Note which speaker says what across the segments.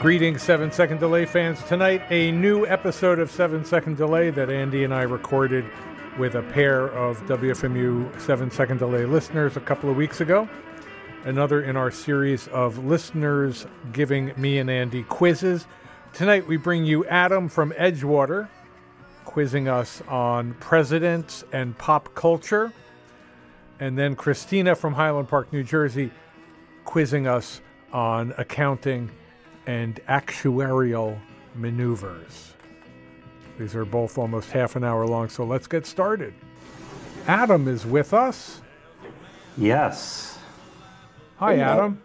Speaker 1: Greetings, Seven Second Delay fans. Tonight, a new episode of Seven Second Delay that Andy and I recorded with a pair of WFMU Seven Second Delay listeners a couple of weeks ago. Another in our series of listeners giving me and Andy quizzes. Tonight, we bring you Adam from Edgewater quizzing us on presidents and pop culture. And then Christina from Highland Park, New Jersey, quizzing us on accounting and actuarial maneuvers. These are both almost half an hour long, so let's get started. Adam is with us.
Speaker 2: Yes.
Speaker 1: Hi,
Speaker 3: Hello.
Speaker 1: Adam.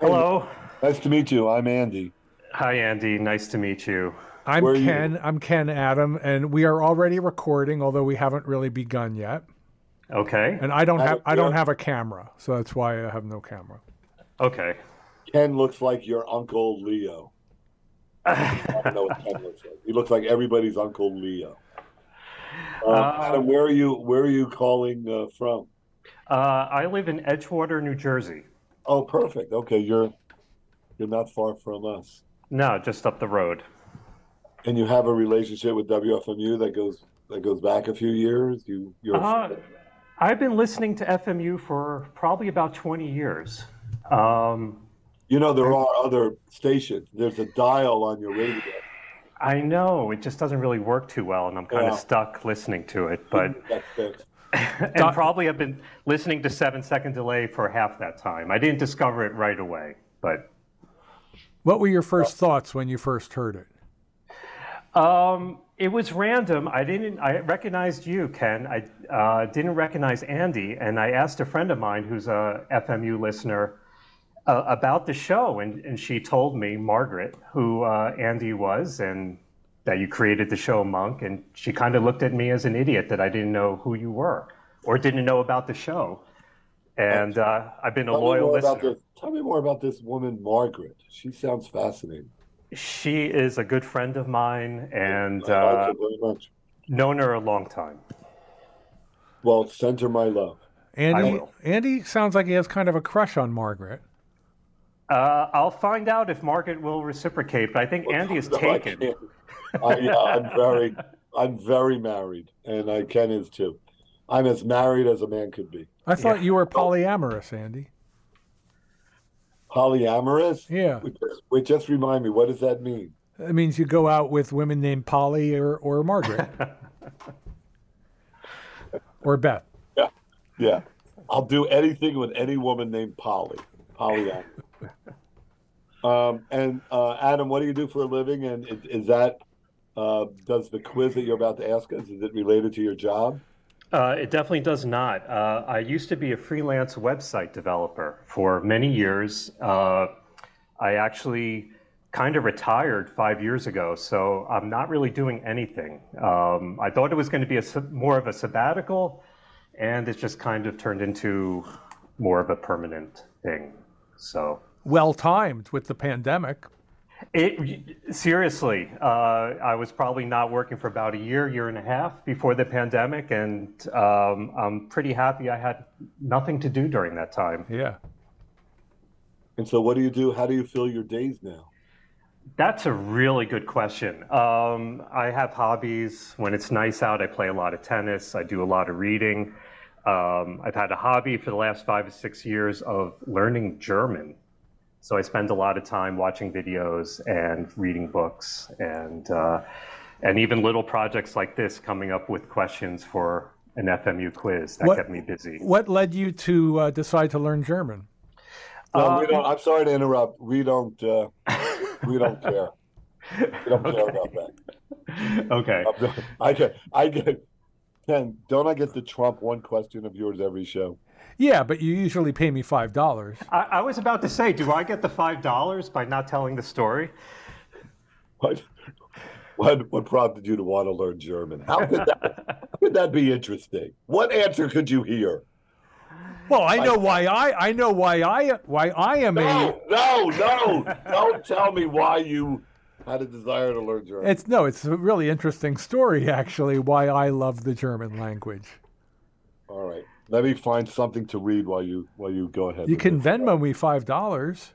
Speaker 2: Hello.
Speaker 3: Nice to meet you. I'm Andy.
Speaker 2: Hi, Andy. Nice to meet you.
Speaker 1: I'm
Speaker 3: Where are you?
Speaker 1: Ken. I'm Ken Adam, and we are already recording, although we haven't really begun yet.
Speaker 2: Okay.
Speaker 1: And I don't have I don't
Speaker 3: Yeah.
Speaker 1: have a camera, so that's why I have no camera.
Speaker 2: Okay.
Speaker 3: Ken looks like your uncle Leo.
Speaker 2: Uh,
Speaker 3: I don't know what Ken looks like. He looks like everybody's uncle Leo. Um,
Speaker 2: Uh,
Speaker 3: Adam, where are you? Where are you calling uh, from?
Speaker 2: Uh, I live in Edgewater, New Jersey.
Speaker 3: Oh, perfect. Okay, you're you're not far from us,
Speaker 2: No, just up the road.
Speaker 3: and you have a relationship with WFMU that goes that goes back a few years. You you're
Speaker 2: Uh, I've been listening to FMU for probably about 20 years. Um,
Speaker 3: you know there are other stations. There's a dial on your radio.
Speaker 2: I know it just doesn't really work too well, and I'm kind
Speaker 3: Yeah.
Speaker 2: of stuck listening to it. But
Speaker 3: That's it.
Speaker 2: and probably I've been listening to Seven Second Delay for half that time. I didn't discover it right away, but
Speaker 1: What were your first
Speaker 3: Uh,
Speaker 1: thoughts when you first heard it?
Speaker 2: Um, it was random. I didn't. I recognized you, Ken. I uh, didn't recognize Andy, and I asked a friend of mine who's a FMU listener uh, about the show, and, and she told me Margaret, who uh, Andy was, and that you created the show Monk, and she kind of looked at me as an idiot that I didn't know who you were or didn't know about the show. And uh, I've been a
Speaker 3: Tell me
Speaker 2: loyal
Speaker 3: more
Speaker 2: listener.
Speaker 3: about this. Tell me more about this woman, Margaret. She sounds fascinating.
Speaker 2: She is a good friend of mine, and
Speaker 3: I like
Speaker 2: uh,
Speaker 3: her very much.
Speaker 2: known her a long time.
Speaker 3: Well, send her my love.
Speaker 1: Andy
Speaker 2: will.
Speaker 1: Andy sounds like he has kind of a crush on Margaret.
Speaker 2: Uh, I'll find out if Margaret will reciprocate, but I think Andy is
Speaker 3: No, I
Speaker 2: taken.
Speaker 3: can't. I, yeah, I'm very, I'm very married, and I Ken is too. I'm as married as a man could be.
Speaker 1: I thought you
Speaker 3: Oh.
Speaker 1: were polyamorous, Andy.
Speaker 3: Polyamorous.
Speaker 1: Yeah.
Speaker 3: Wait, just- wait, just remind me. What does that mean?
Speaker 1: That means you go out with women named Polly or, or Margaret. or Beth.
Speaker 3: Yeah, I'll do anything with any woman named Polly. Polyamorous. um, and uh, Adam, what do you do for a living? And is, is that uh, does the quiz that you're about to ask us is it related to your job?
Speaker 2: Uh, it definitely does not. Uh, I used to be a freelance website developer for many years. Uh, I actually kind of retired five years ago, so I'm not really doing anything. Um, I thought it was going to be a, sab- more of a sabbatical, and it's just kind of turned into more of a permanent thing. So.
Speaker 1: Well timed with the pandemic.
Speaker 2: It, seriously, uh, I was probably not working for about a year, year and a half before the pandemic, and um, I'm pretty happy I had nothing to do during that time.
Speaker 1: Yeah.
Speaker 3: And so, what do you do? How do you fill your days now?
Speaker 2: That's a really good question. Um, I have hobbies. When it's nice out, I play a lot of tennis. I do a lot of reading. Um, I've had a hobby for the last five or six years of learning German. So I spend a lot of time watching videos and reading books, and uh, and even little projects like this, coming up with questions for an FMU quiz that
Speaker 1: What-
Speaker 2: kept me busy.
Speaker 1: What led you to uh, decide to learn German?
Speaker 3: No,
Speaker 2: Uh,
Speaker 3: we don't, I'm sorry to interrupt. We don't. Uh, we don't care. We don't care about that.
Speaker 2: okay.
Speaker 3: I'm not- I get. I get. Ken, don't I get the Trump one question of yours every show?
Speaker 1: Yeah, but you usually pay me five dollars.
Speaker 2: I, I was about to say, do I get the five dollars by not telling the story?
Speaker 3: What? What? What prompted you to want to learn German? How could that? how could that be interesting? What answer could you hear?
Speaker 1: Well, I know why I I know why I why I am a
Speaker 3: No, no, no! Don't tell me why you had a desire to learn German.
Speaker 1: it's no, it's a really interesting story actually why I love the German language.
Speaker 3: All right. Let me find something to read while you while you go ahead.
Speaker 1: You
Speaker 3: with
Speaker 1: can
Speaker 3: this.
Speaker 1: Venmo me five dollars.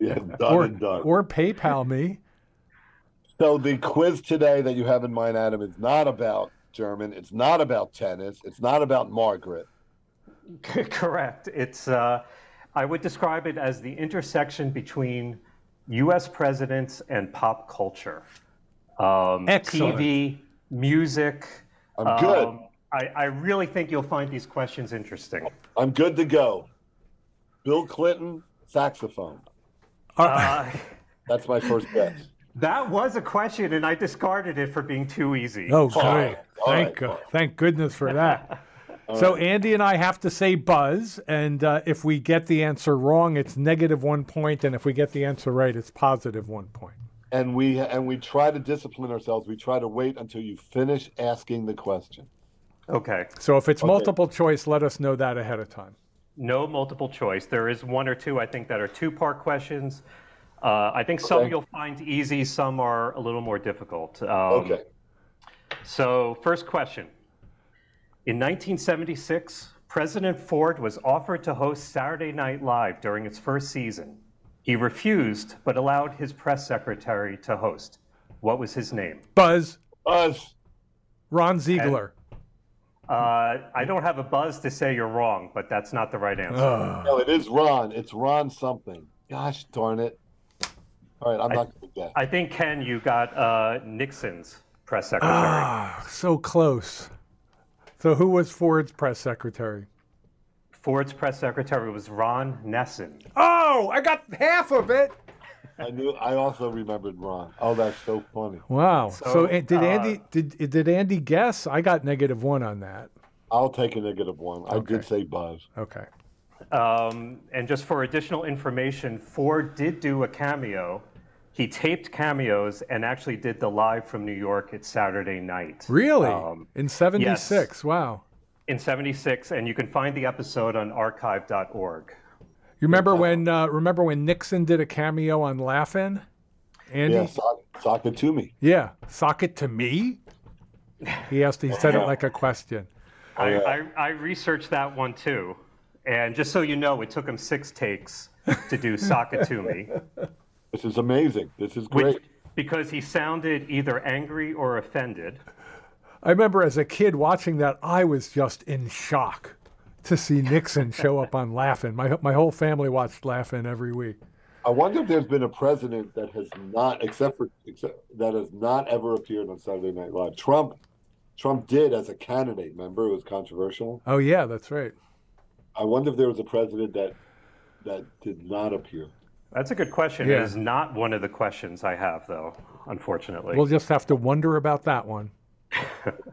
Speaker 3: Yeah, done
Speaker 1: or,
Speaker 3: and done.
Speaker 1: or PayPal me.
Speaker 3: So the quiz today that you have in mind, Adam, is not about German. It's not about tennis. It's not about Margaret.
Speaker 2: Correct. It's, uh, I would describe it as the intersection between US presidents and pop culture. Um,
Speaker 1: Excellent.
Speaker 2: TV, music.
Speaker 3: I'm good.
Speaker 2: Um, I, I really think you'll find these questions interesting.
Speaker 3: I'm good to go. Bill Clinton, saxophone.
Speaker 2: Uh,
Speaker 3: That's my first guess.
Speaker 2: that was a question, and I discarded it for being too easy.
Speaker 1: Oh,
Speaker 3: Fine.
Speaker 1: great.
Speaker 3: All
Speaker 1: Thank,
Speaker 3: right,
Speaker 1: go- thank goodness for that. so, Andy and I have to say buzz. And uh, if we get the answer wrong, it's negative one point. And if we get the answer right, it's positive one point.
Speaker 3: And we and we try to discipline ourselves. We try to wait until you finish asking the question.
Speaker 2: Okay.
Speaker 1: So, if it's multiple choice, let us know that ahead of time.
Speaker 2: No multiple choice. There is one or two, I think, that are two part questions. Uh, I think some
Speaker 3: Okay.
Speaker 2: you'll find easy, some are a little more difficult. Um,
Speaker 3: Okay.
Speaker 2: So, first question. In 1976, President Ford was offered to host Saturday Night Live during its first season. He refused, but allowed his press secretary to host. What was his name?
Speaker 1: Buzz,
Speaker 3: Us.
Speaker 1: Ron Ziegler.
Speaker 2: Uh, I don't have a buzz to say you're wrong, but that's not the right answer.
Speaker 1: Ugh.
Speaker 3: No, it is Ron. It's Ron something. Gosh darn it. All right, I'm not going to guess.
Speaker 2: I think, Ken, you got uh, Nixon's press secretary.
Speaker 1: Ah, so close. So, who was Ford's press secretary?
Speaker 2: Ford's press secretary was Ron Nesson.
Speaker 1: Oh, I got half of it.
Speaker 3: I knew. I also remembered Ron. Oh, that's so funny.
Speaker 1: Wow. So,
Speaker 2: So,
Speaker 1: An- did
Speaker 2: uh,
Speaker 1: Andy did did Andy guess? I got negative one on that.
Speaker 3: I'll take a negative one. I
Speaker 1: Okay.
Speaker 3: did say Buzz.
Speaker 1: Okay.
Speaker 2: Um, and just for additional information, Ford did do a cameo. He taped cameos and actually did the live from New York at Saturday night.
Speaker 1: Really?
Speaker 2: Um,
Speaker 1: In 76. Wow.
Speaker 2: in 76, and you can find the episode on archive.org.
Speaker 1: You remember when uh, remember when Nixon did a cameo on Laugh-In? Andy?
Speaker 3: Yeah, sock, sock it to me.
Speaker 1: Yeah. Sock it to me? He asked he said it
Speaker 3: Yeah.
Speaker 1: like a question.
Speaker 2: I, I, I researched that one too. And just so you know, it took him six takes to do Sock to Me,
Speaker 3: This is amazing. This is great.
Speaker 2: which, because he sounded either angry or offended.
Speaker 1: I remember as a kid watching that, I was just in shock to see Nixon show up on Laugh-In. My my whole family watched Laugh-In every week.
Speaker 3: I wonder if there's been a president that has not, except for except, that has not ever appeared on Saturday Night Live. Trump, Trump did as a candidate. Remember, it was controversial.
Speaker 1: Oh yeah, that's right.
Speaker 3: I wonder if there was a president that that did not appear.
Speaker 2: That's a good question.
Speaker 1: Yeah.
Speaker 2: It is not one of the questions I have, though, unfortunately.
Speaker 1: We'll just have to wonder about that one.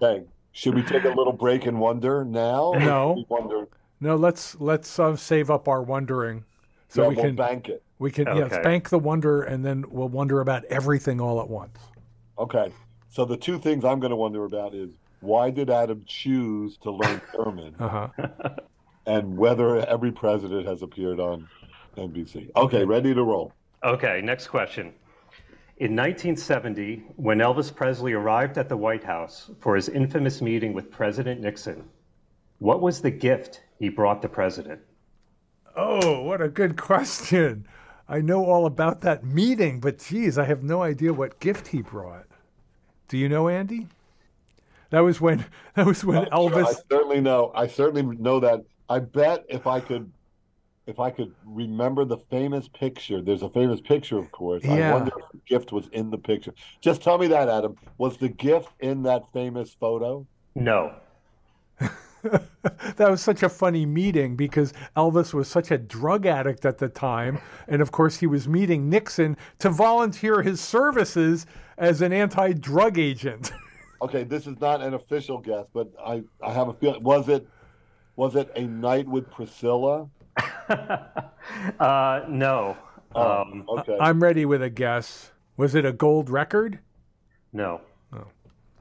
Speaker 3: Okay, should we take a little break and wonder now? Or
Speaker 1: No.
Speaker 3: should we wonder.
Speaker 1: No, let's let's uh, save up our wondering so we
Speaker 3: So we will
Speaker 1: can
Speaker 3: bank it.
Speaker 1: we can yes
Speaker 2: Okay.
Speaker 1: bank the wonder and then we'll wonder about everything all at once.
Speaker 3: Okay. So the two things I'm going to wonder about is why did Adam choose to learn German,
Speaker 1: Uh huh.
Speaker 3: and whether every president has appeared on NBC. Okay, ready to roll.
Speaker 2: okay, next question. In 1970, when Elvis Presley arrived at the White House for his infamous meeting with President Nixon, what was the gift he brought the president?
Speaker 1: Oh, what a good question! I know all about that meeting, but geez, I have no idea what gift he brought. Do you know, Andy? That was when that was when Elvis.
Speaker 3: I certainly know. I certainly know that. I bet if I could, if I could remember the famous picture. There's a famous picture, of course.
Speaker 1: Yeah.
Speaker 3: I wonder if the gift was in the picture. Just tell me that, Adam. Was the gift in that famous photo?
Speaker 2: No.
Speaker 1: that was such a funny meeting because Elvis was such a drug addict at the time. And of course, he was meeting Nixon to volunteer his services as an anti drug agent.
Speaker 3: Okay, this is not an official guess, but I, I have a feeling. Was it, was it a night with Priscilla?
Speaker 2: uh, no. Um,
Speaker 3: Okay.
Speaker 1: I'm ready with a guess. Was it a gold record?
Speaker 2: no.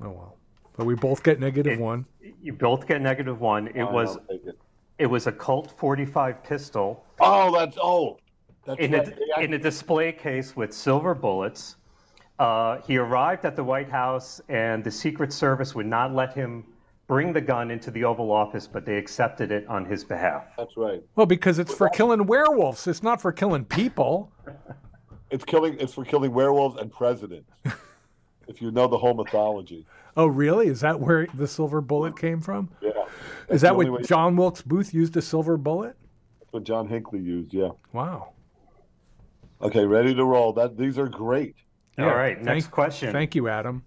Speaker 1: Oh, well. But we both get negative one.
Speaker 2: You both get negative one. It
Speaker 3: Fine,
Speaker 2: was
Speaker 3: I'll take it.
Speaker 2: it was a Colt 45 pistol
Speaker 3: Oh, that's oh, that's
Speaker 2: in
Speaker 3: right.
Speaker 2: a, in a display case with silver bullets. Uh, he arrived at the White House, and the Secret Service would not let him bring the gun into the Oval Office, but they accepted it on his behalf.
Speaker 3: that's right.
Speaker 1: Well, because it's for killing werewolves, it's not for killing people.
Speaker 3: It's killing. It's for killing werewolves and presidents. if you know the whole mythology,
Speaker 1: Oh, really? Is that where the silver bullet came from?
Speaker 3: yeah.
Speaker 1: Is that
Speaker 3: That's the only
Speaker 1: what
Speaker 3: way-
Speaker 1: John Wilkes Booth used a silver bullet?
Speaker 3: That's what John Hinckley used. Yeah.
Speaker 1: Wow.
Speaker 3: Okay, ready to roll. That these are great.
Speaker 1: Yeah,
Speaker 2: All right, next
Speaker 1: thank-
Speaker 2: question.
Speaker 1: Thank you, Adam.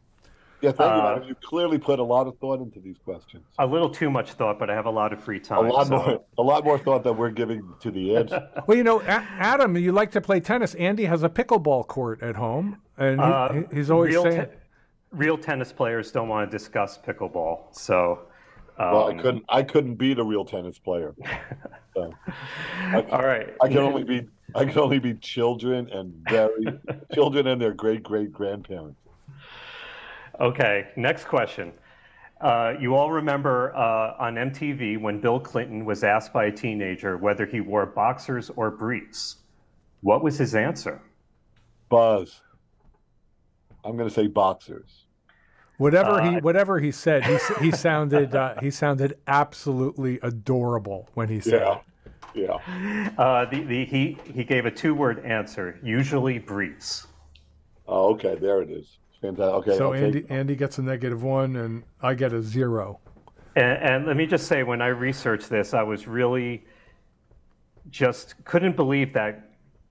Speaker 3: Yeah, thank you.
Speaker 2: Uh,
Speaker 3: Adam. You clearly put a lot of thought into these questions.
Speaker 2: a little too much thought, but I have a lot of free time.
Speaker 3: A lot
Speaker 2: so-
Speaker 3: more. A lot more thought that we're giving to the answer.
Speaker 1: Well, you know, a- Adam, you like to play tennis. Andy has a pickleball court at home, and he,
Speaker 2: Uh,
Speaker 1: he- he's always
Speaker 2: real
Speaker 1: saying,
Speaker 2: te- real tennis players don't want to discuss pickleball. So, um,
Speaker 3: Well, I couldn't. I couldn't beat a real tennis player. So, I,
Speaker 2: all right.
Speaker 3: I can only be. I can only be children and very children and their great great grandparents.
Speaker 2: Okay, next question. Uh, you all remember uh, on MTV when Bill Clinton was asked by a teenager whether he wore boxers or briefs. What was his answer?
Speaker 3: Buzz. I'm going to say boxers.
Speaker 1: whatever he
Speaker 2: uh,
Speaker 1: whatever he said, he, s- he sounded uh, he sounded absolutely adorable when he said, it.
Speaker 3: Yeah.
Speaker 2: Uh, the, the, he, he gave a two word answer usually briefs.
Speaker 3: Oh, okay. There it is. Fantastic. Okay.
Speaker 1: "So
Speaker 3: I'll
Speaker 1: Andy
Speaker 3: take-
Speaker 1: Andy gets a negative one, and I get a zero.
Speaker 2: And, and let me just say, when I researched this, I was really just couldn't believe that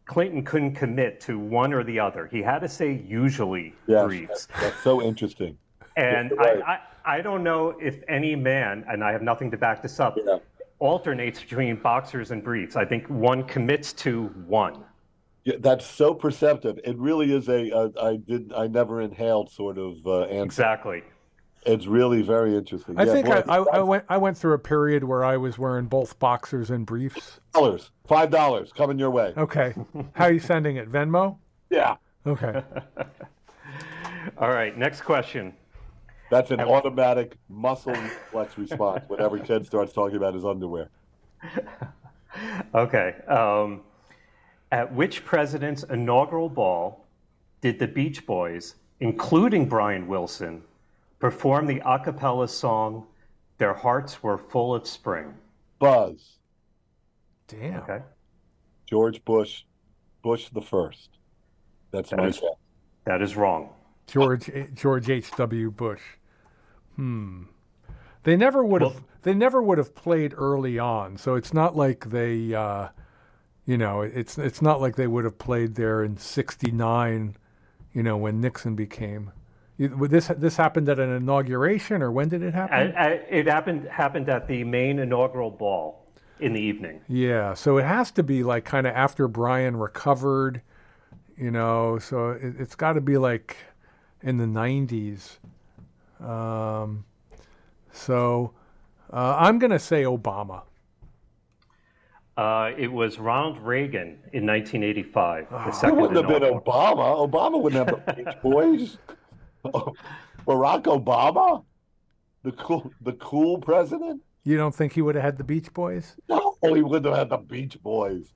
Speaker 2: Clinton couldn't commit to one or the other. He had to say usually
Speaker 3: Yes,
Speaker 2: briefs.
Speaker 3: that- that's so interesting.
Speaker 2: And
Speaker 3: You're right.
Speaker 2: I, I, I don't know if any man, and I have nothing to back this up,
Speaker 3: Yeah.
Speaker 2: alternates between boxers and briefs. I think one commits to one.
Speaker 3: Yeah, that's so perceptive. It really is a, a I did I never inhaled sort of uh, answer.
Speaker 2: Exactly.
Speaker 3: It's really very interesting.
Speaker 1: I
Speaker 3: Yeah,
Speaker 1: think
Speaker 3: boy,
Speaker 1: I, I, I went I went through a period where I was wearing both boxers and briefs.
Speaker 3: dollars, five dollars coming your way.
Speaker 1: Okay, how are you sending it? Venmo?
Speaker 3: Yeah,
Speaker 1: Okay.
Speaker 2: All right, next question.
Speaker 3: that's an automatic muscle reflex response when every kid starts talking about his underwear.
Speaker 2: Okay. Um, at which president's inaugural ball did the Beach Boys, including Brian Wilson, perform the a cappella song, Their Hearts Were Full of Spring?
Speaker 3: Buzz,
Speaker 1: Damn.
Speaker 2: Okay.
Speaker 3: George Bush, Bush the first. That's
Speaker 2: That
Speaker 3: my
Speaker 2: is-
Speaker 3: guess.
Speaker 2: That is wrong.
Speaker 1: George George H. W. Bush. Hmm. They never would have. they never would have played early on. So it's not like they. Uh, you know, it's it's not like they would have played there in '69. You know, when Nixon became. You- would This this happened at an inauguration, or when did it
Speaker 3: Hmm.
Speaker 1: happen?
Speaker 2: I, I, it happened happened at the main inaugural ball in the evening.
Speaker 1: yeah. So it has to be like kind of after Brian recovered. You know, so it, it's got to be like in the '90s. Um, so uh, I'm going to say Obama.
Speaker 2: Uh, it was Ronald Reagan in 1985. The
Speaker 3: It
Speaker 2: second
Speaker 3: Ah. wouldn't have been
Speaker 2: inaugural.
Speaker 3: Obama. Obama wouldn't have the Beach Boys. Barack Obama, the cool, the cool president.
Speaker 1: You don't think he would have had the Beach Boys?
Speaker 3: No, he wouldn't have had the Beach Boys.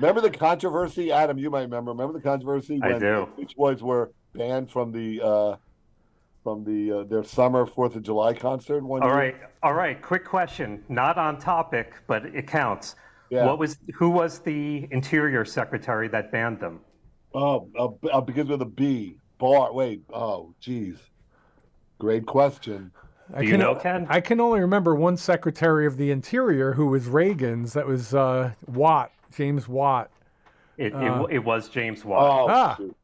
Speaker 3: Remember the controversy, Adam? You might remember. Remember the controversy
Speaker 2: I
Speaker 3: when
Speaker 2: do.
Speaker 3: the Beach Boys were banned from the uh, from the uh, their summer Fourth of July concert one
Speaker 2: All
Speaker 3: year.
Speaker 2: right, all right. Quick question, not on topic, but it counts.
Speaker 3: Yeah.
Speaker 2: What was who was the Interior Secretary that banned them?
Speaker 3: Oh, uh, b- uh, begins with a B. Bar. Wait. Oh, geez. Great question.
Speaker 1: I
Speaker 2: Do you
Speaker 1: can,
Speaker 2: know, Ken?
Speaker 1: I can only remember one Secretary of the Interior who was Reagan's. That was uh, Watt, James Watt.
Speaker 2: It,
Speaker 1: Uh,
Speaker 2: it, it was James Watt.
Speaker 3: Oh,
Speaker 1: Ah.
Speaker 3: shoot.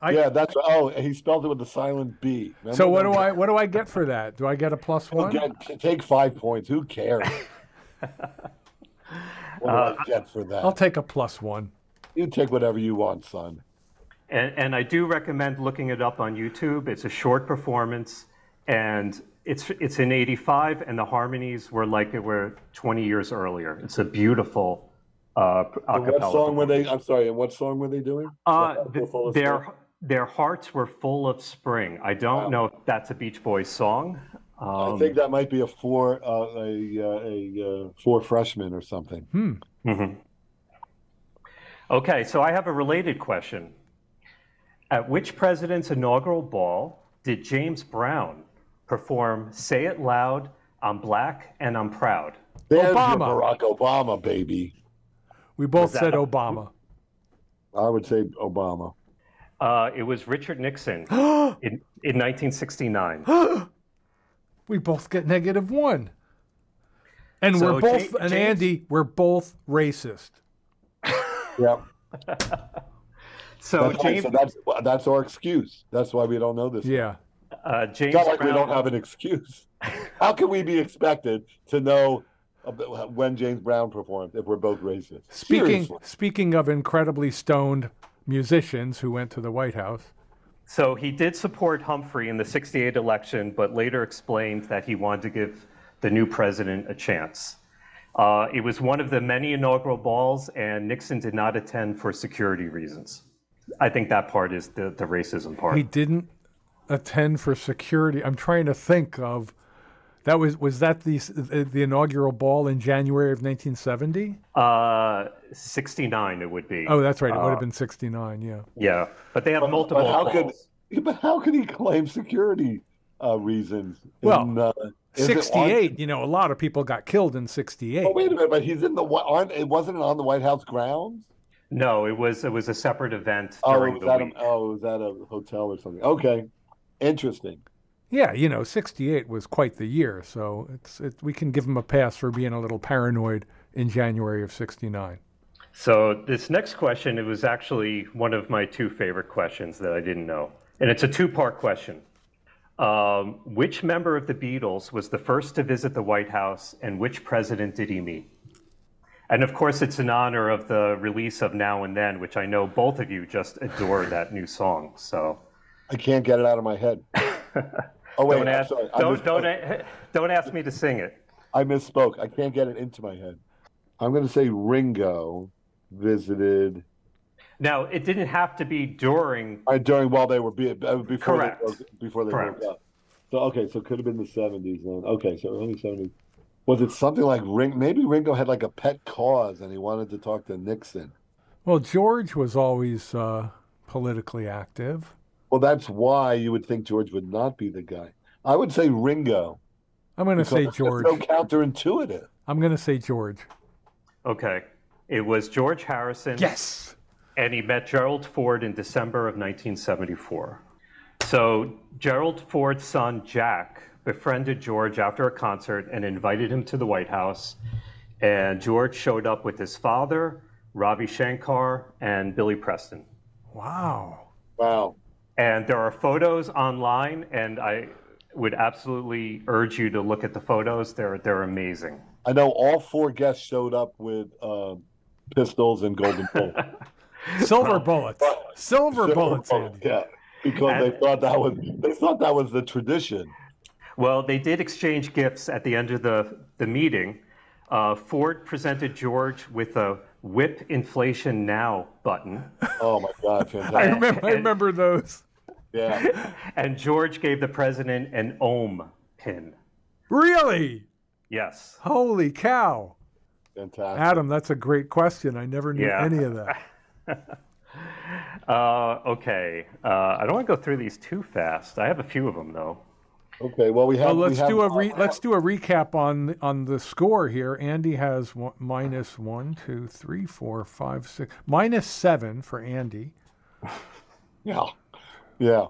Speaker 1: I-
Speaker 3: yeah. That's oh, he spelled it with a silent B. Remember
Speaker 1: So what do
Speaker 3: that?
Speaker 1: I what do I get for that? Do I get a plus
Speaker 3: He'll
Speaker 1: one?
Speaker 3: get- take five points. Who cares? what do I get for that?
Speaker 1: Uh, I'll take a plus one.
Speaker 3: you take whatever you want, son.
Speaker 2: And, and I do recommend looking it up on YouTube. It's a short performance, and it's it's in '85, and the harmonies were like it were 20 years earlier. It's a beautiful uh, a
Speaker 3: And what
Speaker 2: cappella
Speaker 3: song were they? I'm sorry. And what song were they doing?
Speaker 2: Uh,
Speaker 3: What-
Speaker 2: th-
Speaker 3: Full of
Speaker 2: their
Speaker 3: Spring?
Speaker 2: their hearts were full of spring. I don't know if that's a Beach Boys song. Um,
Speaker 3: I think that might be a four, uh, a uh, a uh, four freshman or something.
Speaker 2: mhm. Okay, so I have a related question. At which president's inaugural ball did James Brown perform "Say It Loud"? I'm black and I'm proud.
Speaker 3: There's your
Speaker 1: Obama.
Speaker 3: Barack Obama, baby.
Speaker 1: We both
Speaker 2: that
Speaker 1: said
Speaker 2: a-
Speaker 1: Obama.
Speaker 3: I would say Obama.
Speaker 2: Uh, it was Richard Nixon in, in 1969.
Speaker 1: we both get negative one. And
Speaker 2: So
Speaker 1: we're both,
Speaker 2: Jane-
Speaker 1: and
Speaker 2: Jane-
Speaker 1: Andy, we're both racist.
Speaker 3: Yep.
Speaker 2: So
Speaker 3: That's, right.
Speaker 2: James,
Speaker 3: so that's that's our excuse. That's why we don't know this.
Speaker 1: Yeah.
Speaker 2: uh, James
Speaker 3: It's not like we
Speaker 2: Brown-
Speaker 3: don't have an excuse. How can we be expected to know about when James Brown performed if we're both racist?
Speaker 1: Speaking
Speaker 3: Seriously.
Speaker 1: speaking of incredibly stoned musicians who went to the White House,
Speaker 2: So he did support Humphrey in the 68 election, but later explained that he wanted to give the new president a chance. Uh, it was one of the many inaugural balls, and Nixon did not attend for security reasons. I think that part is the, the racism part.
Speaker 1: he didn't attend for security. I'm trying to think of that was was that the the inaugural ball in January of 1970?
Speaker 2: Uh, 69, it would be. Uh,
Speaker 1: Oh, that's right. It would
Speaker 3: Uh,
Speaker 1: have been 69. Yeah.
Speaker 2: Yeah, but they have multiple
Speaker 3: how
Speaker 2: balls.
Speaker 3: could- Yeah, but how can he claim security uh, reasons?
Speaker 1: Well,
Speaker 3: uh, is it on-
Speaker 1: 68. You know, a lot of people got killed in 68.
Speaker 3: Oh, wait a minute, but he's in the Whi- aren't it wasn't it on the White House grounds?
Speaker 2: No, it was it was a separate event
Speaker 3: Oh,
Speaker 2: during
Speaker 3: it was
Speaker 2: the
Speaker 3: at a,
Speaker 2: week.
Speaker 3: oh, it was at a hotel or something. Okay, interesting.
Speaker 1: Yeah, you know, 68 was quite the year, so it's it, we can give him a pass for being a little paranoid in January of 69.
Speaker 2: So this next question, it was actually one of my two favorite questions that I didn't know, and it's a two-part question. Um, which member of the Beatles was the first to visit the White House, and which president did he meet? And of course, it's in honor of the release of Now and Then, which I know both of you just adore that new song. So
Speaker 3: I can't get it out of my head. Oh wait,
Speaker 2: don't
Speaker 3: I'm
Speaker 2: ask,
Speaker 3: sorry. I
Speaker 2: don't,
Speaker 3: misspoke.
Speaker 2: don't, a- don't ask me to sing it.
Speaker 3: I misspoke. I can't get it into my head. I'm going to say Ringo visited
Speaker 2: Now, it didn't have to be during
Speaker 3: uh, during while they were be, uh, before
Speaker 2: Correct.
Speaker 3: they broke, before they
Speaker 2: Correct.
Speaker 3: broke up. So okay, so it could have been the 70s then. Okay, so early 70s. Was it something like Ring? Maybe Ringo had like a pet cause and he wanted to talk to Nixon.
Speaker 1: Well, George was always uh, politically active.
Speaker 3: Well, that's why you would think George would not be the guy. I would say Ringo.
Speaker 1: I'm going to say
Speaker 3: It's so
Speaker 1: George.
Speaker 3: counterintuitive.
Speaker 1: I'm going to say George.
Speaker 2: Okay. It was George Harrison.
Speaker 1: Yes.
Speaker 2: And he met Gerald Ford in December of 1974. So Gerald Ford's son, Jack, befriended George after a concert and invited him to the White House. And George showed up with his father, Ravi Shankar, and Billy Preston.
Speaker 1: Wow.
Speaker 3: Wow.
Speaker 2: And there are photos online, and I would absolutely urge you to look at the photos. They're, they're amazing.
Speaker 3: I know all four guests showed up with um, pistols and golden bullets.
Speaker 1: Silver bullets. Silver
Speaker 3: Silver
Speaker 1: bullets,
Speaker 3: bullets,
Speaker 1: Andy.
Speaker 3: Yeah, because they
Speaker 2: And-
Speaker 3: thought that was they thought that was the tradition.
Speaker 2: Well, they did exchange gifts at the end of the, the meeting. Uh, Ford presented George with a whip inflation now button,
Speaker 3: Oh my God,
Speaker 1: I
Speaker 3: fantastic!
Speaker 1: remember, I remember those.
Speaker 3: Yeah,
Speaker 2: and George gave the president an ohm pin.
Speaker 1: Really?
Speaker 2: Yes.
Speaker 1: Holy cow.
Speaker 3: fantastic.
Speaker 1: Adam, that's a great question. I never knew
Speaker 2: Yeah.
Speaker 1: any of that.
Speaker 2: Uh, okay. Uh, I don't want to go through these too fast. I have a few of them, though.
Speaker 3: Okay, well we have.
Speaker 1: Well,
Speaker 3: we
Speaker 1: let's
Speaker 3: have-
Speaker 1: do a re- let's do a recap on on the score here. Andy has one, minus one, two, three, four, five, six, minus seven for Andy.
Speaker 3: Yeah, yeah.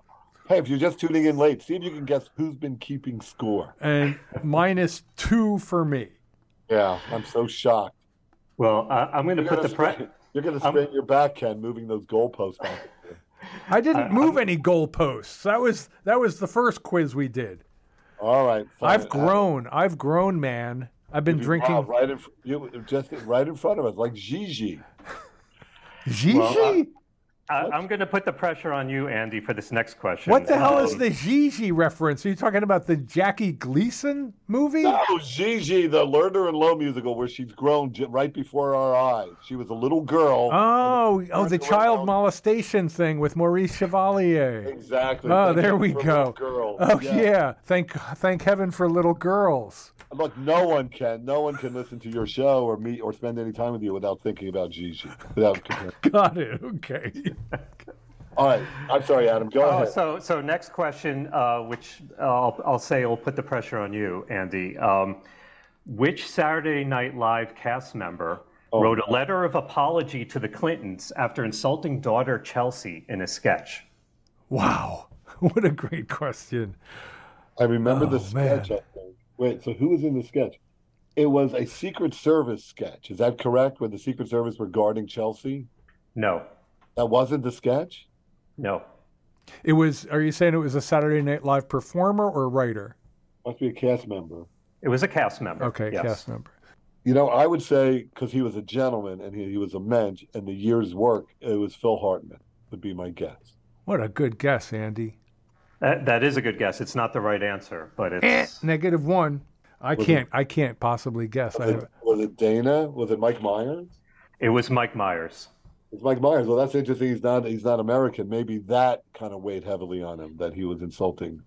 Speaker 3: Hey, if you're just tuning in late, see if you can guess who's been keeping score.
Speaker 1: and minus two for me.
Speaker 3: Yeah, I'm so shocked.
Speaker 2: Well, I, I'm going to
Speaker 3: You're
Speaker 2: put
Speaker 3: gonna,
Speaker 2: the pre-
Speaker 3: straight, you're gonna
Speaker 2: I'm-
Speaker 3: straighten your back, Ken, moving those goalposts. Back.
Speaker 1: I didn't move any goalposts. That was that was the first quiz we did.
Speaker 3: All right, fine.
Speaker 1: I've grown. I've grown, man. I've been
Speaker 3: You
Speaker 1: drinking.
Speaker 3: smiled right in fr- you just right in front of us, like Gigi.
Speaker 1: Gigi?
Speaker 3: I-
Speaker 2: I, I'm going to put the pressure on you, Andy, for this next question.
Speaker 1: what the hell is
Speaker 2: Um,
Speaker 1: the Gigi reference? Are you talking about the Jackie Gleason movie?
Speaker 3: Oh, Gigi, the Lerner and Lowe musical, where she's grown j- right before our eyes. She was a little girl.
Speaker 1: Oh, oh, the
Speaker 3: Turn
Speaker 1: child
Speaker 3: around.
Speaker 1: molestation thing with Maurice Chevalier.
Speaker 3: Exactly.
Speaker 1: Oh,
Speaker 3: Thank
Speaker 1: there
Speaker 3: you
Speaker 1: we
Speaker 3: for
Speaker 1: go.
Speaker 3: little Girl.
Speaker 1: Oh yeah, thank thank heaven for little girls.
Speaker 3: Look, no one can, no one can listen to your show or meet or spend any time with you without thinking about Gigi. Without. comparing.
Speaker 1: Got it. Okay.
Speaker 3: All right. I'm sorry, Adam. Go
Speaker 2: Oh,
Speaker 3: ahead.
Speaker 2: so so next question, uh, which I'll, I'll say will put the pressure on you, Andy. Um, which Saturday Night Live cast member
Speaker 3: Oh.
Speaker 2: wrote a letter of apology to the Clintons after insulting daughter Chelsea in a sketch.
Speaker 1: Wow. What a great question.
Speaker 3: I remember
Speaker 1: Oh,
Speaker 3: the sketch.
Speaker 1: man.
Speaker 3: I think. Wait, so who was in the sketch? It was a Secret Service sketch. Is that correct? Where the Secret Service were guarding Chelsea?
Speaker 2: No,
Speaker 3: That wasn't the sketch.
Speaker 2: no.
Speaker 1: It was, are you saying it was a Saturday Night Live performer or writer?
Speaker 3: Must be a cast member.
Speaker 2: It was a cast member.
Speaker 1: Okay,
Speaker 2: yes.
Speaker 1: cast member.
Speaker 3: You know, I would say because he was a gentleman and he, he was a mensch, and the year's work, it was Phil Hartman would be my guess.
Speaker 1: What a good guess, Andy.
Speaker 2: That, that is a good guess. It's not the right answer, but
Speaker 1: Eh,
Speaker 2: it's.
Speaker 1: negative one. I
Speaker 3: Was it-
Speaker 1: can't. I can't possibly guess. I
Speaker 3: Was
Speaker 1: have,
Speaker 3: it, was it Dana? Was it Mike Myers?
Speaker 2: It was Mike Myers.
Speaker 3: It's Mike Myers. Well, that's interesting. He's not. He's not American. Maybe that kind of weighed heavily on him that he was insulting.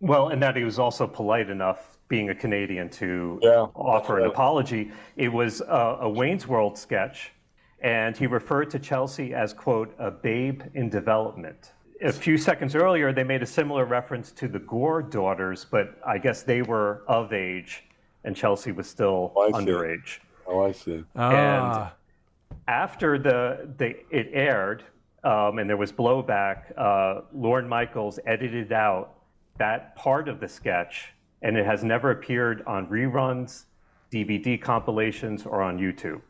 Speaker 2: Well, and that he was also polite enough, being a Canadian, to
Speaker 3: Yeah,
Speaker 2: offer an
Speaker 3: that's right.
Speaker 2: apology. It was uh, a Wayne's World sketch, and he referred to Chelsea as, quote, a babe in development. A few seconds earlier, they made a similar reference to the Gore daughters, but I guess they were of age, and Chelsea was still
Speaker 3: I see.
Speaker 2: underage.
Speaker 3: Oh, I see.
Speaker 1: ah,
Speaker 2: after the, the it aired um, and there was blowback, uh, Lorne Michaels edited out that part of the sketch, and it has never appeared on reruns, DVD compilations, or on YouTube.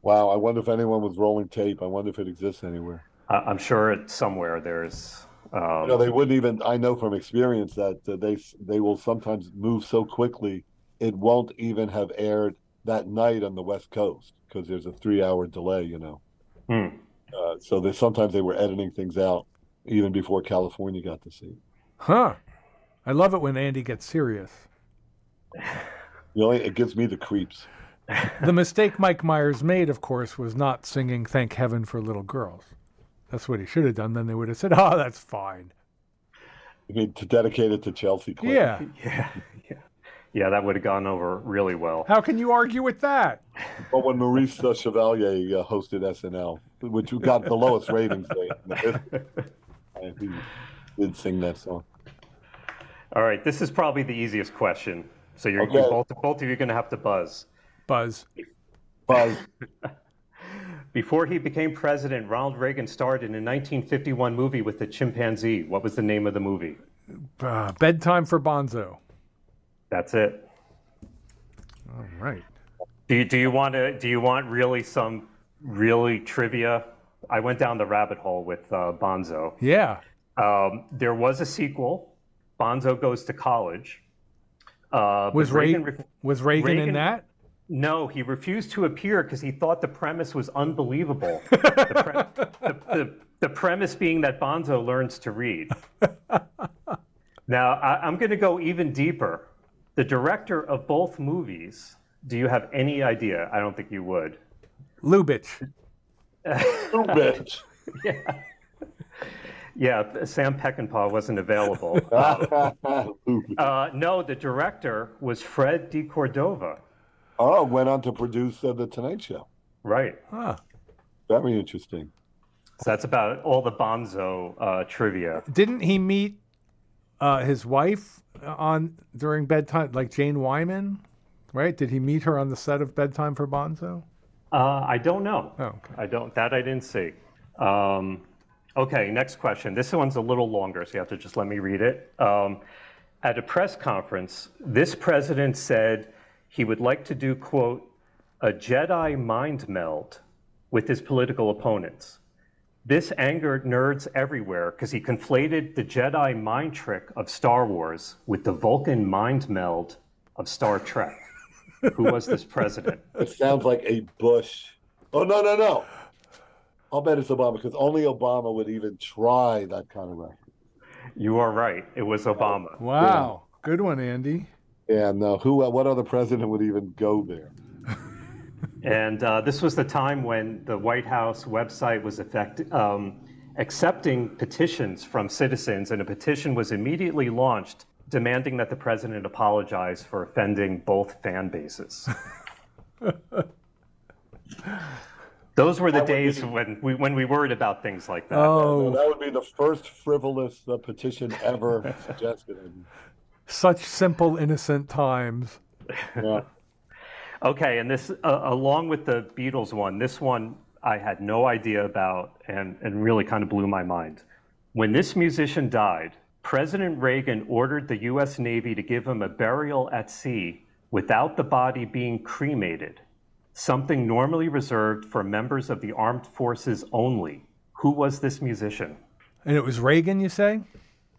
Speaker 3: Wow. I wonder if anyone was rolling tape. I wonder if it exists anywhere.
Speaker 2: I- I'm sure it's somewhere there's. Um,
Speaker 3: You know, they wouldn't even. I know from experience that uh, they they will sometimes move so quickly it won't even have aired that night on the West Coast because there's a three hour delay. You know,
Speaker 2: hmm.
Speaker 3: uh, so they sometimes they were editing things out even before California got to see. it.
Speaker 1: huh. I love it when Andy gets serious.
Speaker 3: You know, it gives me the creeps.
Speaker 1: the mistake Mike Myers made, of course, was not singing "Thank Heaven for Little Girls." That's what he should have done. Then they would have said, "Oh, that's fine."
Speaker 3: I mean, to dedicate it to Chelsea. Clinton.
Speaker 1: Yeah.
Speaker 2: Yeah, yeah, yeah. That would have gone over really well.
Speaker 1: How can you argue with that?
Speaker 3: But when Maurice uh, Chevalier uh, hosted SNL, which got the lowest ratings they in the history, and he did sing that song.
Speaker 2: All right, this is probably the easiest question. So you're
Speaker 3: Okay.
Speaker 2: you both both of you are going to have to buzz.
Speaker 1: Buzz.
Speaker 3: But
Speaker 2: Before he became president, Ronald Reagan starred in a 1951 movie with a chimpanzee. What was the name of the movie?
Speaker 1: Uh, bedtime for Bonzo.
Speaker 2: That's it.
Speaker 1: All right.
Speaker 2: Do you, do you want to? Do you want really some really trivia? I went down the rabbit hole with uh, Bonzo.
Speaker 1: Yeah.
Speaker 2: Um, there was a sequel. Bonzo goes to college. Uh, but
Speaker 1: Was Reagan,
Speaker 2: ref-
Speaker 1: was Reagan, in
Speaker 2: Reagan-
Speaker 1: that?
Speaker 2: No, he refused to appear because he thought the premise was unbelievable. the, pre- the, the, the premise being that Bonzo learns to read. now, I, I'm going to go even deeper. The director of both movies, do you have any idea? I don't think you would.
Speaker 1: Lubitsch.
Speaker 3: Rich.
Speaker 2: Yeah, Sam Peckinpah wasn't available.
Speaker 3: Oh,
Speaker 2: uh, no, the director was Fred D. Cordova.
Speaker 3: oh, went on to produce uh, the Tonight Show.
Speaker 2: Right.
Speaker 1: Huh.
Speaker 3: Very interesting.
Speaker 2: So that's about all the Bonzo uh, trivia.
Speaker 1: Didn't he meet uh, his wife on during bedtime, like Jane Wyman? Right? Did he meet her on the set of Bedtime for Bonzo?
Speaker 2: Uh, I don't know.
Speaker 1: Oh, okay.
Speaker 2: I don't. That I didn't see. Um, okay, next question. This one's a little longer, so you have to just let me read it. Um, at a press conference, this president said he would like to do quote a Jedi mind meld with his political opponents. This angered nerds everywhere because he conflated the Jedi mind trick of Star Wars with the Vulcan mind meld of Star Trek. Who was this president?
Speaker 3: It sounds like a Bush. Oh no no no! I'll bet it's Obama because only Obama would even try that kind of record.
Speaker 2: You are right. It was Obama.
Speaker 1: Wow. Good one, Andy.
Speaker 3: And uh, who? Uh, what other president would even go there?
Speaker 2: And uh, this was the time when the White House website was effect- um, accepting petitions from citizens, and a petition was immediately launched demanding that the president apologize for offending both fan bases. Those were the days when we, when we worried about things like that.
Speaker 1: Oh,
Speaker 3: That would be the first frivolous uh, petition ever suggested.
Speaker 1: such simple, innocent times.
Speaker 3: Yeah.
Speaker 2: Okay, and this, uh, along with the Beatles one, this one I had no idea about and, and really kind of blew my mind. When this musician died, President Reagan ordered the U.S. Navy to give him a burial at sea without the body being cremated, something normally reserved for members of the armed forces only. Who was this musician?
Speaker 1: And it was Reagan, you say?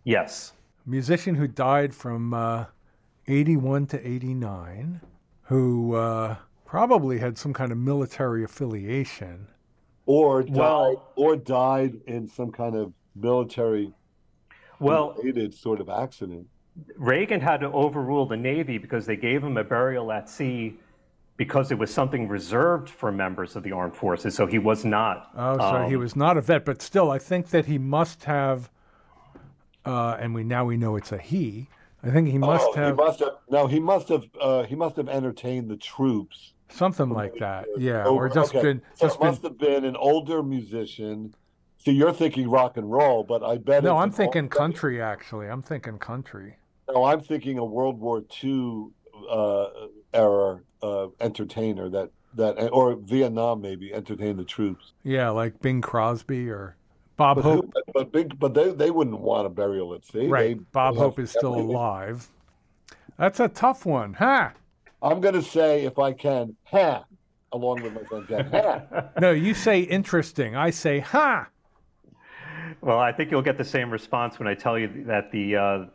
Speaker 2: Yes.
Speaker 1: musician who died from uh, 81 to 89, who uh, probably had some kind of military affiliation.
Speaker 3: or died,
Speaker 2: Well-
Speaker 3: or died in some kind of military
Speaker 2: Well,
Speaker 3: related sort of accident.
Speaker 2: Reagan had to overrule the Navy because they gave him a burial at sea because it was something reserved for members of the armed forces. So he was not.
Speaker 1: Oh, so he
Speaker 3: Um.
Speaker 1: was not a vet, but still, I think that he must have, uh, and we now we know it's a he. I think he must
Speaker 3: Oh,
Speaker 1: have
Speaker 3: He must have. No, he must have. Uh, he must have entertained the troops.
Speaker 1: something like that, yeah,
Speaker 3: over-
Speaker 1: or just
Speaker 3: okay.
Speaker 1: been
Speaker 3: So
Speaker 1: just
Speaker 3: it
Speaker 1: been.
Speaker 3: must have been an older musician. So you're thinking rock and roll, but I bet.
Speaker 1: No,
Speaker 3: it's
Speaker 1: I'm
Speaker 3: an
Speaker 1: thinking
Speaker 3: old-
Speaker 1: country. Actually, I'm thinking country.
Speaker 3: No, I'm thinking a World War II uh, era uh, entertainer that that or Vietnam maybe entertained the troops.
Speaker 1: Yeah, like Bing Crosby or Bob
Speaker 3: But,
Speaker 1: Hope.
Speaker 3: who, but, but big, but they they wouldn't want a burial at sea.
Speaker 1: Right.
Speaker 3: They-
Speaker 1: Bob
Speaker 3: they'll have
Speaker 1: Hope is still
Speaker 3: family.
Speaker 1: alive. That's a tough one, huh?
Speaker 3: I'm gonna say if I can, ha, along with my friend Dan. Ha.
Speaker 1: No, you say interesting. I say, ha.
Speaker 2: Well, I think you'll get the same response when I tell you that the uh,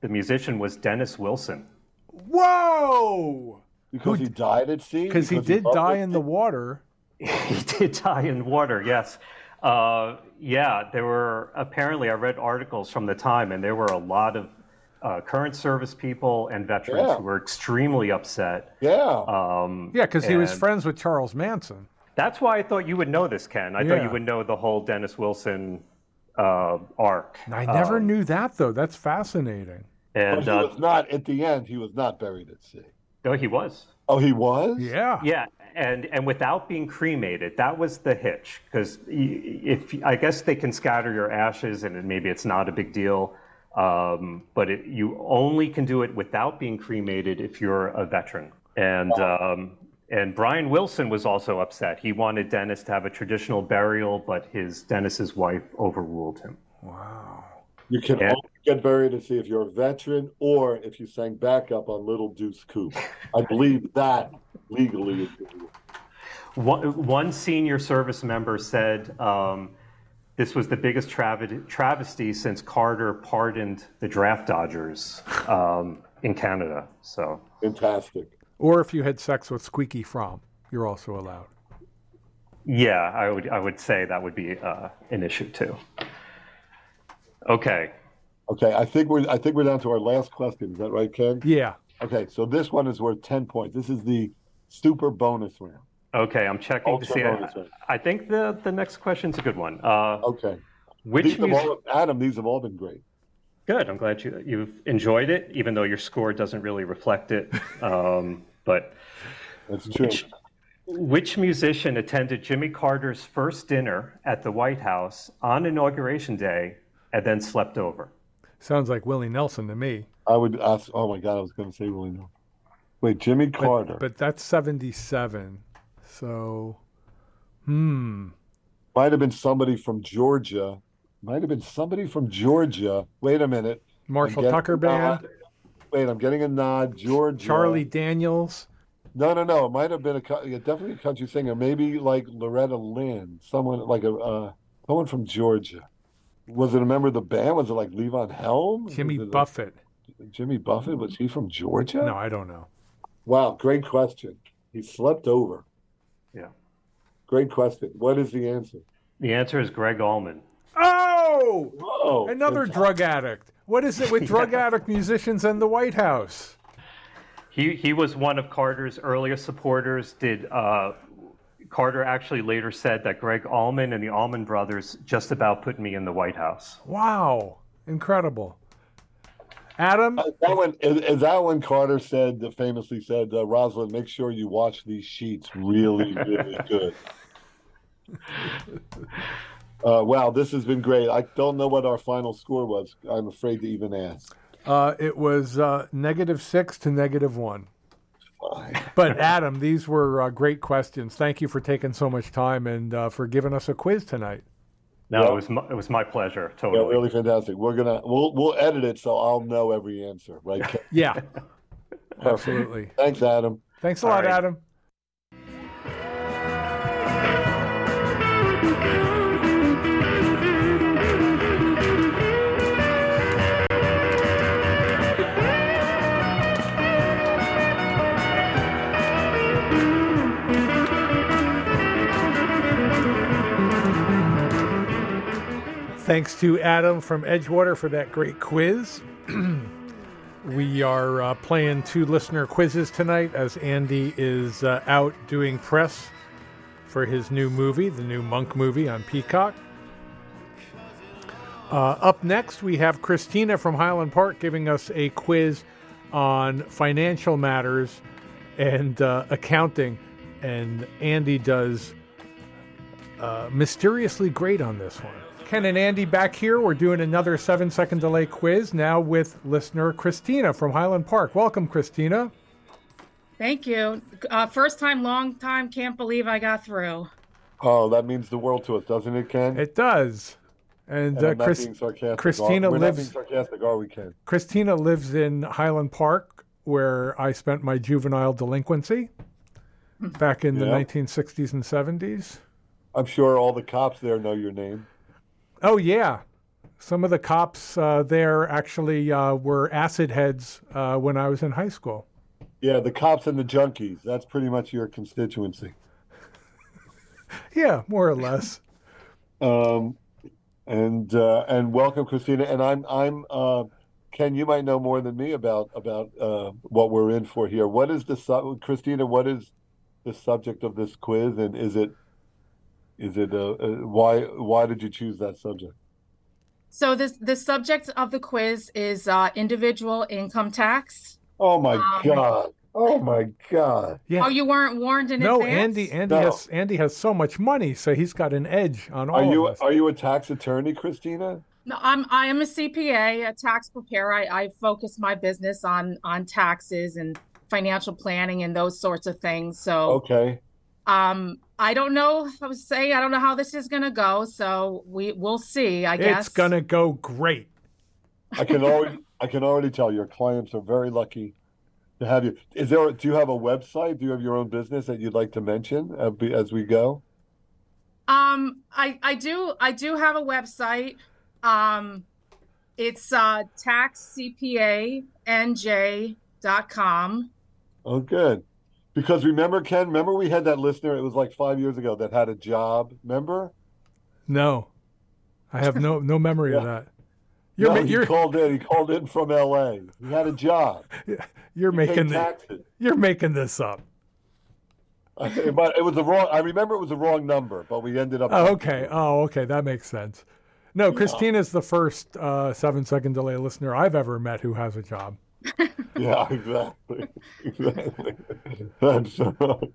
Speaker 2: the musician was Dennis Wilson.
Speaker 1: Whoa!
Speaker 3: Because he died at sea.
Speaker 1: Because he did
Speaker 3: loved
Speaker 1: die
Speaker 3: it?
Speaker 1: in the water.
Speaker 2: he did die in water. Yes. Uh, yeah, there were apparently I read articles from the time, and there were a lot of uh, current service people and veterans
Speaker 3: Yeah.
Speaker 2: who were extremely upset.
Speaker 3: Yeah.
Speaker 2: Um,
Speaker 1: Yeah, because he was
Speaker 2: And-
Speaker 1: friends with Charles Manson.
Speaker 2: That's why I thought you would know this, Ken. I thought
Speaker 1: Yeah.
Speaker 2: you would know the whole Dennis Wilson uh, arc.
Speaker 1: And I never knew that, though. That's fascinating.
Speaker 3: but
Speaker 2: And
Speaker 3: he
Speaker 2: uh,
Speaker 3: was not at the end. He was not buried at sea.
Speaker 2: no, he was.
Speaker 3: Oh, he was.
Speaker 1: Yeah.
Speaker 2: Yeah, and and without being cremated, that was the hitch. Because if I guess they can scatter your ashes, and it- maybe it's not a big deal. Um, but it, you only can do it without being cremated if you're a veteran. And um, and Brian Wilson was also upset. He wanted Dennis to have a traditional burial, but his Dennis's wife overruled him.
Speaker 1: Wow.
Speaker 3: You can
Speaker 2: Yeah.
Speaker 3: only get buried at sea if you're a veteran or if you sang backup on Little Deuce Coupe. I believe that legally is the rule.
Speaker 2: One, one senior service member said um, this was the biggest trav- travesty since Carter pardoned the draft dodgers um, in Canada. So,
Speaker 3: fantastic.
Speaker 1: Or if you had sex with Squeaky Fromm, you're also allowed.
Speaker 2: yeah, I would I would say that would be uh, an issue too. Okay,
Speaker 3: Okay, I think we're I think we're down to our last question. Is that right, Ken?
Speaker 1: Yeah.
Speaker 3: Okay, so this one is worth ten points. This is the super bonus round.
Speaker 2: okay, I'm checking to
Speaker 3: Ultra
Speaker 2: see. I,
Speaker 3: bonus round.
Speaker 2: I think the the next question's a good one. Uh,
Speaker 3: Okay.
Speaker 2: which
Speaker 3: These have
Speaker 2: music?
Speaker 3: all, Adam, these have all been great.
Speaker 2: Good. I'm glad you you've enjoyed it, even though your score doesn't really reflect it. Um, but
Speaker 3: That's true.
Speaker 2: Which musician attended Jimmy Carter's first dinner at the White House on Inauguration Day and then slept over?
Speaker 1: Sounds like Willie Nelson to me.
Speaker 3: I would ask oh my god, I was gonna say Willie Nelson. Wait, Jimmy
Speaker 1: But,
Speaker 3: Carter.
Speaker 1: But that's 77. So, hmm.
Speaker 3: Might have been somebody from Georgia. Might have been somebody from Georgia. Wait a minute. I'm
Speaker 1: Marshall
Speaker 3: getting
Speaker 1: Tucker
Speaker 3: a
Speaker 1: Band,
Speaker 3: nod. Wait, I'm getting a nod. Georgia.
Speaker 1: Charlie Daniels.
Speaker 3: No, no, no. It might have been a co- yeah, definitely a country singer. Maybe like Loretta Lynn. Someone like a uh, someone from Georgia. Was it a member of the band? Was it like Levon Helms?
Speaker 1: Jimmy
Speaker 3: Was it,
Speaker 1: Buffett.
Speaker 3: like, Jimmy Buffett. Was he from Georgia?
Speaker 1: No, I don't know.
Speaker 3: Wow, great question. He slept over.
Speaker 2: Yeah.
Speaker 3: Great question. What is the answer?
Speaker 2: The answer is Greg Allman.
Speaker 1: Oh,
Speaker 3: Oh,
Speaker 1: another drug addict. What is it with drug addict musicians and the White House?
Speaker 2: He, he was one of Carter's earliest supporters. Did uh, Carter actually later said that Greg Allman and the Allman Brothers just about put me in the White House?
Speaker 1: Wow, incredible. Adam,
Speaker 3: Is that when is, is that when Carter said famously said, uh, "Rosalind, make sure you watch these sheets really, really good." Uh, wow, this has been great. I don't know what our final score was. I'm
Speaker 1: Oh.
Speaker 3: afraid to even ask.
Speaker 1: uh, it was uh, negative six to negative one. But Adam, these were uh, great questions. Thank you for taking so much time and uh, for giving us a quiz tonight.
Speaker 2: No,
Speaker 3: Yeah.
Speaker 2: it was my, it was my pleasure.
Speaker 3: Yeah,
Speaker 2: Totally.
Speaker 3: really fantastic. We're gonna we'll we'll edit it so I'll know every answer. Right? Ken?
Speaker 1: Yeah, absolutely.
Speaker 3: Thanks, Adam.
Speaker 1: Thanks a
Speaker 2: All
Speaker 1: lot,
Speaker 2: right.
Speaker 1: Adam. Thanks to Adam from Edgewater for that great quiz. We are uh, playing two listener quizzes tonight as Andy is uh, out doing press for his new movie, the new Monk movie on Peacock. Uh, up next, we have Christina from Highland Park giving us a quiz on financial matters and uh, accounting. And Andy does uh, mysteriously great on this one. Ken and Andy back here. We're doing another seven second delay quiz now with listener Christina from Highland Park. Welcome, Christina.
Speaker 4: Thank you. Uh, first time, long time. Can't believe I got through.
Speaker 3: Oh, that means the world to us, doesn't it, Ken?
Speaker 1: It does. And,
Speaker 3: And
Speaker 1: uh,
Speaker 3: I'm not
Speaker 1: Chris,
Speaker 3: being sarcastic.
Speaker 1: Christina
Speaker 3: are, we're
Speaker 1: lives-
Speaker 3: Not being sarcastic, are we, Ken?
Speaker 1: Christina lives in Highland Park, where I spent my juvenile delinquency back in the
Speaker 3: Yeah.
Speaker 1: 1960s and 70s.
Speaker 3: I'm sure all the cops there know your name.
Speaker 1: Oh, yeah. Some of the cops uh, there actually uh, were acid heads uh, when I was in high school.
Speaker 3: Yeah, the cops and the junkies. That's pretty much your constituency.
Speaker 1: Yeah, more or less.
Speaker 3: Um, and uh, and welcome, Christina. And I'm I'm uh, Ken. You might know more than me about about uh, what we're in for here. What is the su- Christina? What is the subject of this quiz? And is it is it uh, uh, why why did you choose that subject?
Speaker 4: So this the subject of the quiz is uh, individual income tax.
Speaker 3: Oh my
Speaker 4: Um,
Speaker 3: God! Oh my God!
Speaker 1: Yeah.
Speaker 4: Oh, you weren't warned in
Speaker 1: no,
Speaker 4: advance.
Speaker 1: Andy. Andy
Speaker 3: No.
Speaker 1: has Andy has so much money, so he's got an edge on all
Speaker 3: Are you
Speaker 1: of us.
Speaker 3: are you a tax attorney, Christina?
Speaker 4: No, I'm I am a CPA, a tax preparer. I, I focus my business on on taxes and financial planning and those sorts of things.
Speaker 1: Oh.
Speaker 4: So
Speaker 3: Okay.
Speaker 4: um, I don't know. I would say I don't know how this is gonna go. So we we'll see. I guess
Speaker 1: it's gonna go great.
Speaker 3: I can already I can already tell your clients are very lucky to have you. Is there do you have a website? Do you have your own business that you'd like to mention uh, be- as we go?
Speaker 4: Um, I I do I do have a website. Um, it's uh taxcpanj.com.
Speaker 3: Oh, good. Because remember, Ken, remember we had that listener, it was like five years ago, that had a job. Remember?
Speaker 1: No, I have no no memory of that. You're
Speaker 3: No,
Speaker 1: ma-
Speaker 3: he
Speaker 1: you're
Speaker 3: called in. He called in from LA. He had a job.
Speaker 1: you're
Speaker 3: He paid
Speaker 1: making the,
Speaker 3: taxes.
Speaker 1: you're making this up.
Speaker 3: It, but it was the wrong, I remember it was the wrong number, but we ended up.
Speaker 1: Oh, okay. Oh, okay. That makes sense. No, Christina's the first uh, seven second delay listener I've ever met who has a job.
Speaker 3: Yeah, exactly. Exactly. That's
Speaker 4: Well,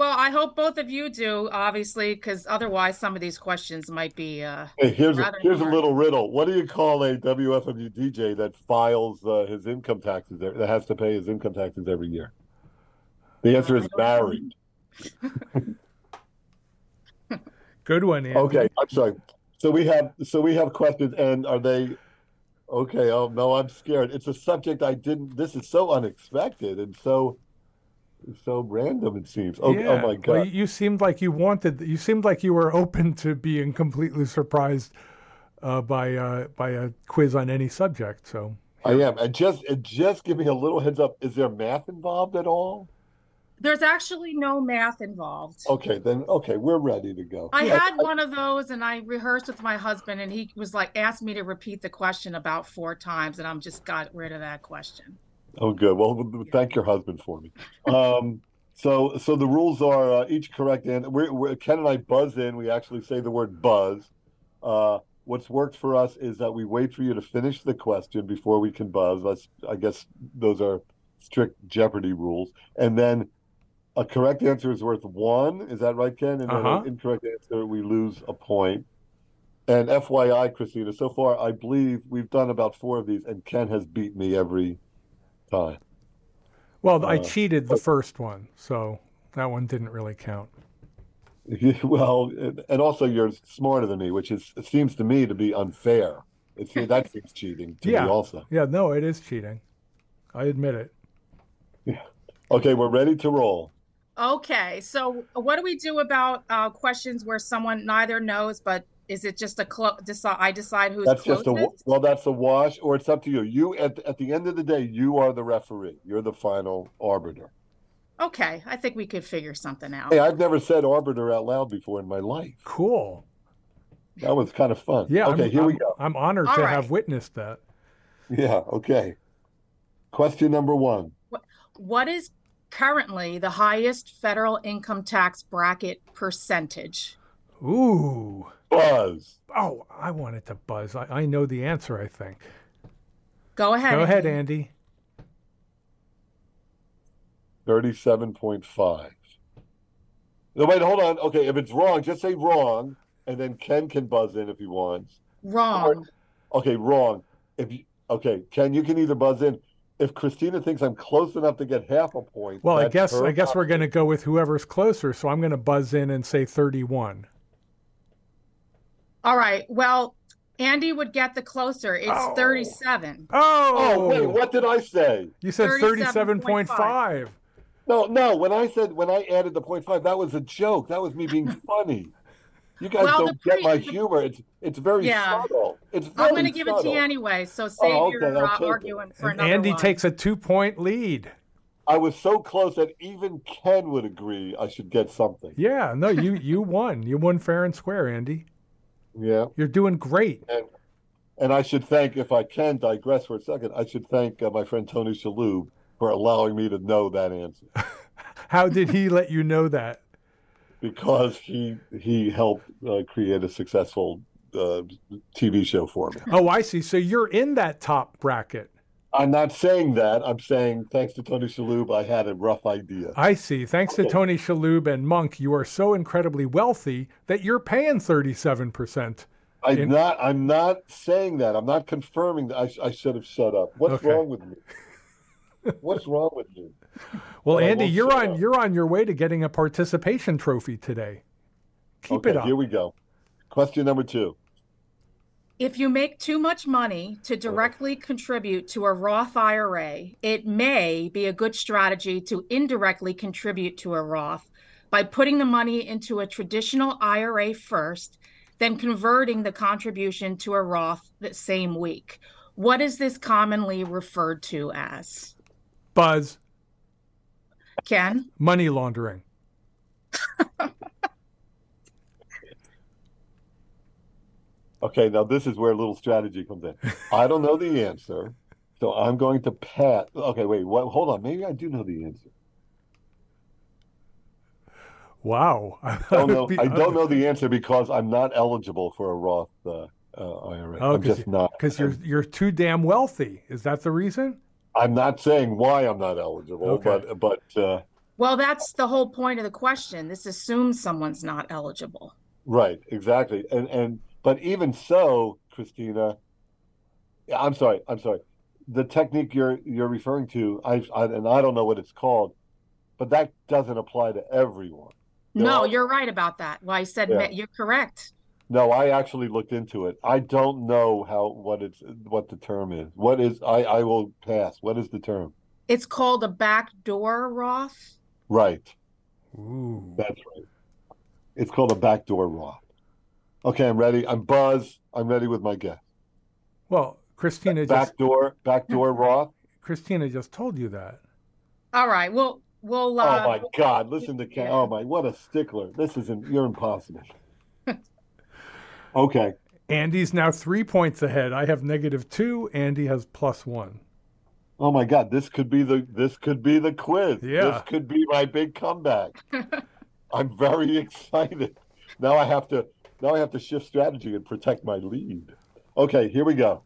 Speaker 4: I hope both of you do, obviously, because otherwise some of these questions might be uh
Speaker 3: Hey, here's a,
Speaker 4: Rather
Speaker 3: here's a
Speaker 4: more.
Speaker 3: little riddle. What do you call a WFMU DJ that files uh, his income taxes e- that has to pay his income taxes every year? The answer is married.
Speaker 1: Good one, Andy.
Speaker 3: Okay, I'm sorry. So we have so we have questions, and are they okay? Oh no, I'm scared. It's a subject I didn't. This is so unexpected and so so random. It seems. Oh,
Speaker 1: Yeah.
Speaker 3: oh my
Speaker 1: Well,
Speaker 3: god.
Speaker 1: you seemed like you wanted. You seemed like you were open to being completely surprised uh, by uh, by a quiz on any subject. So
Speaker 3: I am, and just and just give me a little heads up. Is there math involved at all?
Speaker 4: there's actually no math involved.
Speaker 3: Okay, then okay, we're ready to go.
Speaker 4: I
Speaker 3: Oh, Yeah,
Speaker 4: had one of those and I rehearsed with my husband and he was like asked me to repeat the question about four times and I'm just got rid of that question.
Speaker 3: Oh, good. Well, w- w- thank your husband for me. Um, so, so the rules are uh, each correct and we're, we're, Ken and I buzz in. We actually say the word buzz. Uh, what's worked for us is that we wait for you to finish the question before we can buzz. That's, I guess, those are strict Jeopardy rules. And then a correct answer is worth one. Is that right, Ken? And then
Speaker 1: Uh-huh.
Speaker 3: an incorrect answer, we lose a point. And FYI, Christina, so far I believe we've done about four of these, and Ken has beat me every time.
Speaker 1: Well, I cheated
Speaker 3: oh.
Speaker 1: the first one, so that one didn't really count.
Speaker 3: well, and and also you're smarter than me, which is seems to me to be unfair. It's that seems cheating to
Speaker 1: Yeah.
Speaker 3: me also.
Speaker 1: Yeah, no, it is cheating. I admit it.
Speaker 3: Okay, we're ready to roll.
Speaker 4: Okay, so what do we do about uh, questions where someone neither knows, but is it just a clo- decide? I decide who's
Speaker 3: That's
Speaker 4: closest.
Speaker 3: just a wa- well. That's a wash, or it's up to you. You at at the end of the day, you are the referee. You're the final arbiter.
Speaker 4: okay, I think we could figure something out.
Speaker 3: Hey, I've never said arbiter out loud before in my life.
Speaker 1: Cool.
Speaker 3: That was kind of fun.
Speaker 1: Yeah.
Speaker 3: Okay,
Speaker 1: I'm,
Speaker 3: here we
Speaker 1: I'm-
Speaker 3: go.
Speaker 1: I'm honored
Speaker 4: All
Speaker 1: to
Speaker 4: right.
Speaker 1: have witnessed that.
Speaker 3: Yeah. Okay. Question number one.
Speaker 4: What is currently the highest federal income tax bracket percentage?
Speaker 1: Ooh.
Speaker 3: Buzz.
Speaker 1: Oh, I wanted to buzz. I, I know the answer, I think.
Speaker 4: Go ahead.
Speaker 1: Go ahead,
Speaker 4: Andy.
Speaker 1: Andy.
Speaker 3: Thirty-seven point five. No, wait. Hold on. Okay, if it's wrong, just say wrong, and then Ken can buzz in if he wants.
Speaker 4: Wrong.
Speaker 3: Okay, wrong. If you, okay, Ken, you can either buzz in. If Christina thinks I'm close enough to get half a point,
Speaker 1: Well, I
Speaker 3: that's
Speaker 1: guess
Speaker 3: her
Speaker 1: I guess we're going to go with whoever's closer. So I'm going to buzz in and say 31.
Speaker 4: All right. Well, Andy would get the closer. It's
Speaker 1: Oh.
Speaker 4: 37.
Speaker 1: Oh,
Speaker 3: Oh wait, what did I say?
Speaker 1: you said
Speaker 4: 37.5.
Speaker 1: 37.5.
Speaker 3: No, no. When I said when I added the point five, that was a joke. That was me being funny. You guys
Speaker 4: Well, the
Speaker 3: don't get my
Speaker 4: pre- the-
Speaker 3: humor. It's it's very
Speaker 4: Yeah.
Speaker 3: subtle. It's very
Speaker 4: I'm going to give it to
Speaker 3: subtle.
Speaker 4: you anyway. So save
Speaker 3: Oh, okay,
Speaker 4: your
Speaker 3: I'll
Speaker 4: uh,
Speaker 3: take it.
Speaker 4: arguing for
Speaker 1: And
Speaker 4: another
Speaker 1: Andy
Speaker 4: one.
Speaker 1: takes a two-point lead.
Speaker 3: I was so close that even Ken would agree I should get something.
Speaker 1: Yeah, no, you you won. You won fair and square, Andy.
Speaker 3: Yeah,
Speaker 1: You're doing great.
Speaker 3: and I should thank, if I can digress for a second, I should thank uh, my friend Tony Shalhoub for allowing me to know that answer.
Speaker 1: How did he let you know that?
Speaker 3: because he he helped uh, create a successful uh, TV show for me.
Speaker 1: Oh, I see. So you're in that top bracket.
Speaker 3: I'm not saying that. I'm saying thanks to Tony Shalhoub, I had a rough idea.
Speaker 1: I see. Thanks
Speaker 3: Oh.
Speaker 1: to Tony Shalhoub and Monk, you are so incredibly wealthy that you're paying 37%.
Speaker 3: I'm
Speaker 1: In-
Speaker 3: not. I'm not saying that. I'm not confirming that. I, sh- I should have shut up. What's
Speaker 1: Okay.
Speaker 3: wrong with me? What's wrong with me?
Speaker 1: Well,
Speaker 3: Oh, Well, I
Speaker 1: Andy,
Speaker 3: won't
Speaker 1: you're
Speaker 3: shut
Speaker 1: on
Speaker 3: up.
Speaker 1: you're on your way to getting a participation trophy today. Keep
Speaker 3: okay,
Speaker 1: it up.
Speaker 3: here we go. Question number two.
Speaker 4: If you make too much money to directly contribute to a Roth IRA, it may be a good strategy to indirectly contribute to a Roth by putting the money into a traditional IRA first, then converting the contribution to a Roth the same week. What is this commonly referred to as?
Speaker 1: Buzz,
Speaker 4: Ken?
Speaker 1: money laundering.
Speaker 3: Okay, now this is where a little strategy comes in. I don't know the answer, so I'm going to pat. Okay, wait. What, hold on. Maybe I do know the answer.
Speaker 1: Wow.
Speaker 3: I don't know. I don't know the answer because I'm not eligible for a Roth uh, uh, IRA.
Speaker 1: Oh,
Speaker 3: I'm
Speaker 1: 'cause
Speaker 3: just
Speaker 1: you-
Speaker 3: not.
Speaker 1: Cuz you're you're too damn wealthy. Is that the reason?
Speaker 3: I'm not saying why I'm not eligible,
Speaker 1: Okay.
Speaker 3: but but uh,
Speaker 4: Well, that's the whole point of the question. This assumes someone's not eligible.
Speaker 3: right, exactly. And and but even so, Christina, yeah, I'm sorry. I'm sorry. The technique you're you're referring to, I, I and I don't know what it's called, but that doesn't apply to everyone. There
Speaker 4: No,
Speaker 3: are-
Speaker 4: you're right about that. Why I said
Speaker 3: Yeah.
Speaker 4: ma- you're correct.
Speaker 3: No, I actually looked into it. I don't know how what it's what the term is. What is I I will pass. What is the term?
Speaker 4: It's called a backdoor Roth.
Speaker 3: Right.
Speaker 1: Ooh.
Speaker 3: That's right. It's called a backdoor Roth. Okay, I'm ready. I'm Buzz. I'm ready with my guess.
Speaker 1: Well, Christina just
Speaker 3: Backdoor, backdoor Roth.
Speaker 1: Christina just told you that.
Speaker 4: All right. Well, we'll. Uh,
Speaker 3: Oh my God! Listen to Ken. Oh my, what a stickler! This isn't. You're impossible. Okay.
Speaker 1: Andy's now 3 points ahead. I have negative 2, Andy has plus 1.
Speaker 3: Oh my God! This could be the. This could be the quiz.
Speaker 1: Yeah.
Speaker 3: This could be my big comeback. I'm very excited. Now I have to. Now I have to shift strategy and protect my lead. Okay, here we go.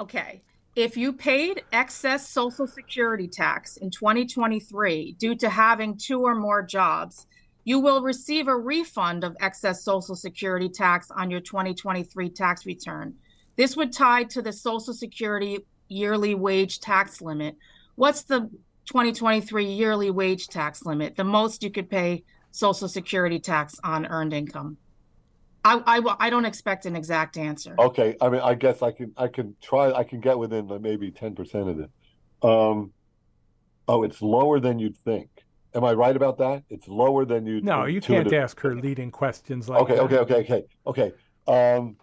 Speaker 4: Okay. If you paid excess Social Security tax in 2023 due to having two or more jobs, you will receive a refund of excess Social Security tax on your 2023 tax return. This would tie to the Social Security yearly wage tax limit, what's the 2023 yearly wage tax limit? The most you could pay Social Security tax on earned income. I, I, will- I don't expect an exact answer.
Speaker 3: Okay, I mean, I guess I can I can try I can get within like maybe ten percent of it. Um, oh, it's lower than you'd think. Am I right about that? It's lower than you'd
Speaker 1: No, you can't
Speaker 3: intuitive-
Speaker 1: ask her leading questions like
Speaker 3: Okay,
Speaker 1: that.
Speaker 3: okay, okay, okay, okay. Um,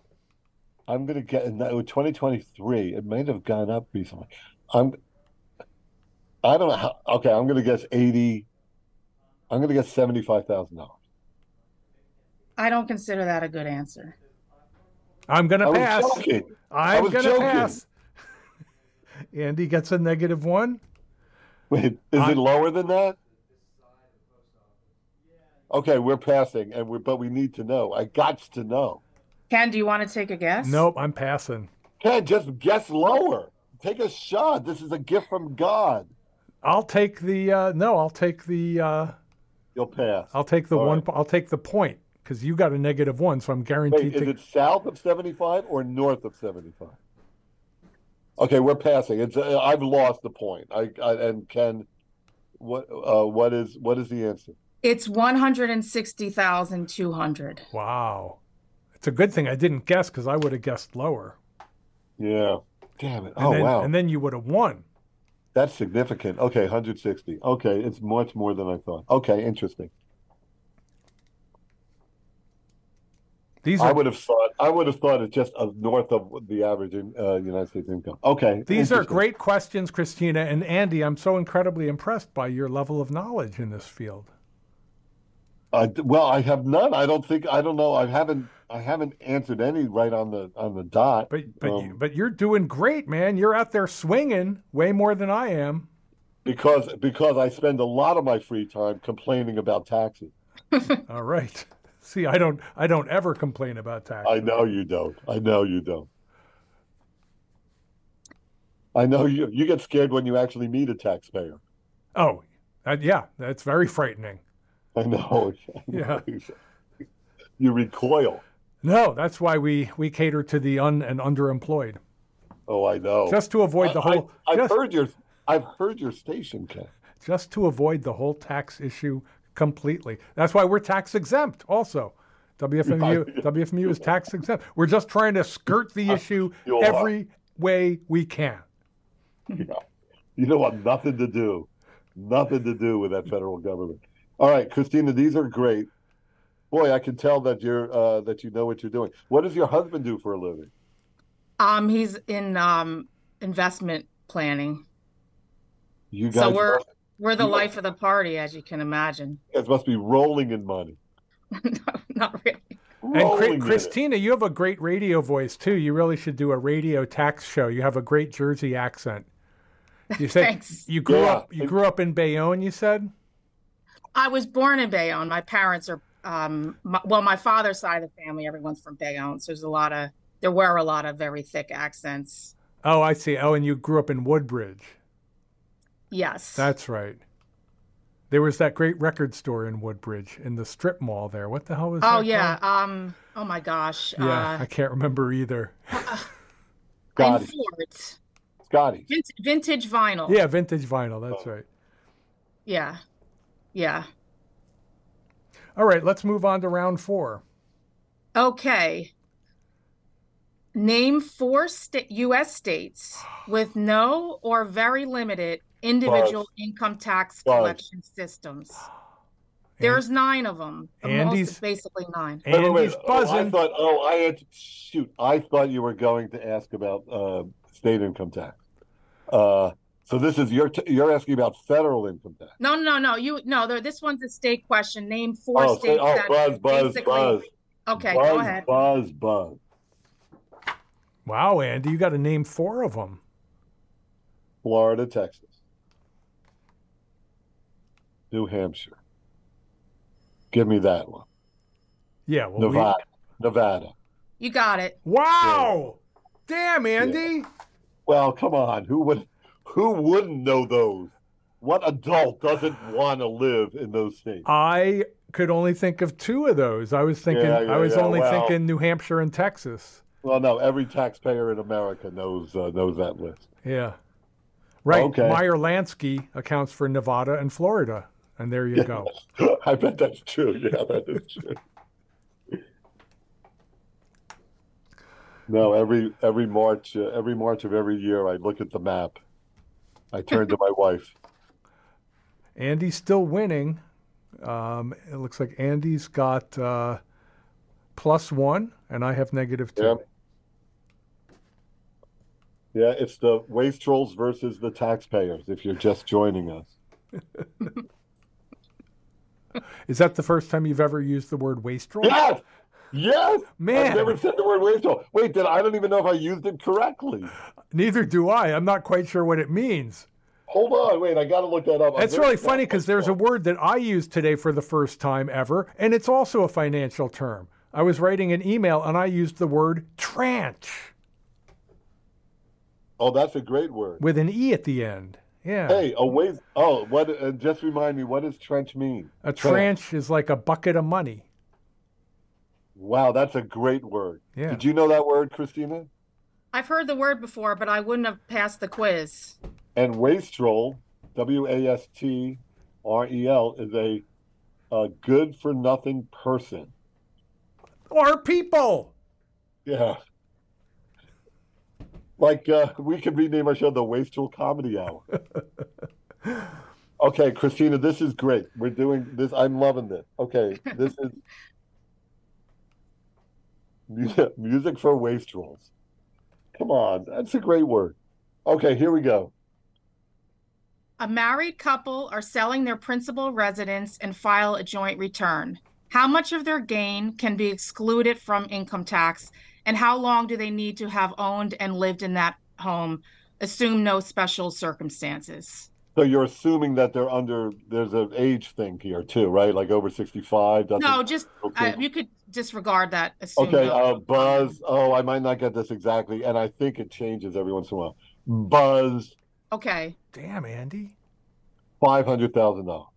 Speaker 3: I'm gonna get in that with 2023. It might have gone up recently. I'm, I don't know how. Okay, I'm gonna guess 80. I'm gonna guess 75 thousand dollars.
Speaker 4: I don't consider that a good answer.
Speaker 1: I'm going
Speaker 3: I
Speaker 1: to
Speaker 3: was
Speaker 1: pass.
Speaker 3: joking.
Speaker 1: I'm
Speaker 3: was
Speaker 1: going to
Speaker 3: joking.
Speaker 1: pass. Andy gets a negative one.
Speaker 3: Wait, is
Speaker 1: I-
Speaker 3: it lower than that? Okay, we're passing, and we're but we need to know. I got to know.
Speaker 4: Ken, do you want to take a guess?
Speaker 1: Nope, I'm passing.
Speaker 3: Can just guess lower. Take a shot. This is a gift from God.
Speaker 1: I'll take the uh, no. I'll take the uh,
Speaker 3: You'll pass.
Speaker 1: I'll take the
Speaker 3: All
Speaker 1: one.
Speaker 3: right.
Speaker 1: po- I'll take the point because you got a negative one, so I'm guaranteed
Speaker 3: Wait, is
Speaker 1: to.
Speaker 3: it south of 75 or north of 75? Okay, we're passing. It's uh, I've lost the point. I, I and Ken, what uh, what is what is the answer?
Speaker 4: It's 160,200.
Speaker 1: Wow, it's a good thing I didn't guess because I would have guessed lower.
Speaker 3: Yeah. Damn it!
Speaker 1: And
Speaker 3: oh
Speaker 1: then,
Speaker 3: wow,
Speaker 1: And then you would have won.
Speaker 3: that's significant. Okay, 160. Okay, it's much more than I thought. Okay, interesting.
Speaker 1: These
Speaker 3: I
Speaker 1: are
Speaker 3: would have thought I would have thought it's just of north of the average in, uh, United States income. Okay,
Speaker 1: these are
Speaker 3: interesting.
Speaker 1: great questions, Christina and Andy. I'm so incredibly impressed by your level of knowledge in this field.
Speaker 3: Uh, d- well, I have none. I don't think I don't know. I haven't I haven't answered any right on the on the dot.
Speaker 1: But but you,
Speaker 3: Um,
Speaker 1: but you're doing great, man. You're out there swinging way more than I am.
Speaker 3: because because I spend a lot of my free time complaining about taxes.
Speaker 1: All right. See, I don't I don't ever complain about taxes.
Speaker 3: I know you don't. I know you don't. I know you you get scared when you actually meet a taxpayer.
Speaker 1: Oh, uh, yeah, that's very frightening.
Speaker 3: I know.
Speaker 1: Yeah.
Speaker 3: You recoil.
Speaker 1: No, that's why we we cater to the un and underemployed,
Speaker 3: Oh, I know.
Speaker 1: just to avoid the
Speaker 3: I- I-
Speaker 1: whole
Speaker 3: I've
Speaker 1: just,
Speaker 3: heard your I've heard your station, Ken.
Speaker 1: just to avoid the whole tax issue completely. That's why we're tax exempt, also. WFMU
Speaker 3: Right.
Speaker 1: WFMU is tax exempt. We're just trying to skirt the issue
Speaker 3: You are.
Speaker 1: every way we can.
Speaker 3: You know what? Nothing to do. Nothing to do with that federal government. All right, Christina, these are great. Boy, I can tell that you're uh, that you know what you're doing. What does your husband do for a living?
Speaker 4: Um, he's in um, investment planning.
Speaker 3: You
Speaker 4: So
Speaker 3: guys,
Speaker 4: we're- We're the
Speaker 3: You are-
Speaker 4: life of the party, as you can imagine.
Speaker 3: you guys must be rolling in money.
Speaker 4: No, Not really.
Speaker 1: And
Speaker 3: Rolling in
Speaker 1: Chri-
Speaker 3: it.
Speaker 1: Christina, you have a great radio voice too. You really should do a radio tax show. You have a great Jersey accent. You said
Speaker 4: Thanks.
Speaker 1: you grew
Speaker 3: Yeah.
Speaker 1: up. You grew up in Bayonne. You said.
Speaker 4: I was born in Bayonne. My parents are, um, my, well, my father's side of the family, everyone's from Bayonne. So there's a lot of, there were a lot of very thick accents.
Speaker 1: Oh, I see. Oh, and you grew up in Woodbridge.
Speaker 4: Yes.
Speaker 1: That's right. There was that great record store in Woodbridge in the strip mall there. What the hell was that?
Speaker 4: oh, yeah.
Speaker 1: called?
Speaker 4: Um, oh, my gosh.
Speaker 1: Yeah, I
Speaker 4: Uh,
Speaker 1: can't remember either.
Speaker 4: and
Speaker 3: Scotty,
Speaker 4: Ford's.
Speaker 3: Scotty.
Speaker 4: Vintage, vintage vinyl.
Speaker 1: Yeah, vintage vinyl. That's
Speaker 3: Oh.
Speaker 1: right.
Speaker 4: Yeah. Yeah.
Speaker 1: All right, let's move on to round four.
Speaker 4: Okay. Name four sta- U.S. states with no or very limited individual income tax
Speaker 3: Buzz.
Speaker 4: collection systems. There's nine of them. The most
Speaker 1: Andy's-
Speaker 4: is basically nine.
Speaker 1: And
Speaker 3: wait, wait,
Speaker 1: he's
Speaker 3: wait. Oh, I
Speaker 1: buzzing.
Speaker 3: thought. Oh, I had shoot. I thought you were going to ask about uh, state income tax. Uh, so this is you're t- you're asking about federal income tax.
Speaker 4: No, no, no. You no. There. This one's a state question. Name four
Speaker 3: oh, say-
Speaker 4: states
Speaker 3: oh,
Speaker 4: that
Speaker 3: buzz, buzz,
Speaker 4: basically-
Speaker 3: buzz.
Speaker 4: Okay,
Speaker 3: buzz,
Speaker 4: go ahead.
Speaker 3: Buzz, buzz.
Speaker 1: wow, Andy, you got to name four of them.
Speaker 3: Florida, Texas, New Hampshire. Give me that one.
Speaker 1: Yeah, well, we-
Speaker 3: Nevada, Nevada.
Speaker 4: You got it.
Speaker 1: Wow! Damn, Andy.
Speaker 3: Well, come on. Who would who wouldn't know those? What adult doesn't want to live in those states?
Speaker 1: I could only think of two of those. I was thinking.
Speaker 3: Yeah, yeah,
Speaker 1: I was
Speaker 3: yeah,
Speaker 1: only
Speaker 3: well.
Speaker 1: thinking New Hampshire and Texas.
Speaker 3: Well, no. Every taxpayer in America knows uh, knows that list.
Speaker 1: Yeah. Right.
Speaker 3: Okay.
Speaker 1: Meyer Lansky accounts for Nevada and Florida. And there you go.
Speaker 3: I bet that's true. Yeah, that is true. No, every every March, uh, every March of every year, I look at the map. I turn to my wife.
Speaker 1: Andy's still winning. Um, it looks like Andy's got uh, plus one, and I have negative two.
Speaker 3: Yeah. Yeah, it's the waste trolls versus the taxpayers. If you're just joining us,
Speaker 1: Is that the first time you've ever used the word wastrel?
Speaker 3: yes, yes,
Speaker 1: Man.
Speaker 3: I've never said the word waste troll. Wait, then I don't even know if I used it correctly.
Speaker 1: Neither do I. I'm not quite sure what it means.
Speaker 3: Hold on, wait, I got to look that up.
Speaker 1: That's really funny because there's a word that I used today for the first time ever, and it's also a financial term. I was writing an email and I used the word tranche
Speaker 3: oh, that's a great word.
Speaker 1: with an E at the end. Yeah.
Speaker 3: Hey, a waste. Oh, what? Uh, just remind me, what does trench mean?
Speaker 1: a tranche is like a bucket of money.
Speaker 3: Wow, that's a great word.
Speaker 1: Yeah.
Speaker 3: Did you know that word, Christina?
Speaker 4: I've heard the word before, but I wouldn't have passed the quiz.
Speaker 3: And wastrel, W A S T R E L, is a, a good for nothing person.
Speaker 1: Or people.
Speaker 3: Yeah. Like uh, we could rename our show the Wastrel Comedy Hour. okay, Christina, this is great. We're doing this. I'm loving this. Okay, this is music, music for wastrels. Come on, that's a great word. Okay, here we go.
Speaker 4: A married couple are selling their principal residence and file a joint return. How much of their gain can be excluded from income tax, and how long do they need to have owned and lived in that home? Assume no special circumstances.
Speaker 3: So you're assuming that they're under there's an age thing here too, right? Like over 65. doesn't-
Speaker 4: No, just
Speaker 3: okay.
Speaker 4: uh, you could disregard that. Assume
Speaker 3: Okay,
Speaker 4: no.
Speaker 3: uh, Buzz. Oh, I might not get this exactly, and I think it changes every once in a while. Buzz,
Speaker 4: Okay.
Speaker 1: Damn, Andy.
Speaker 3: five hundred thousand dollars.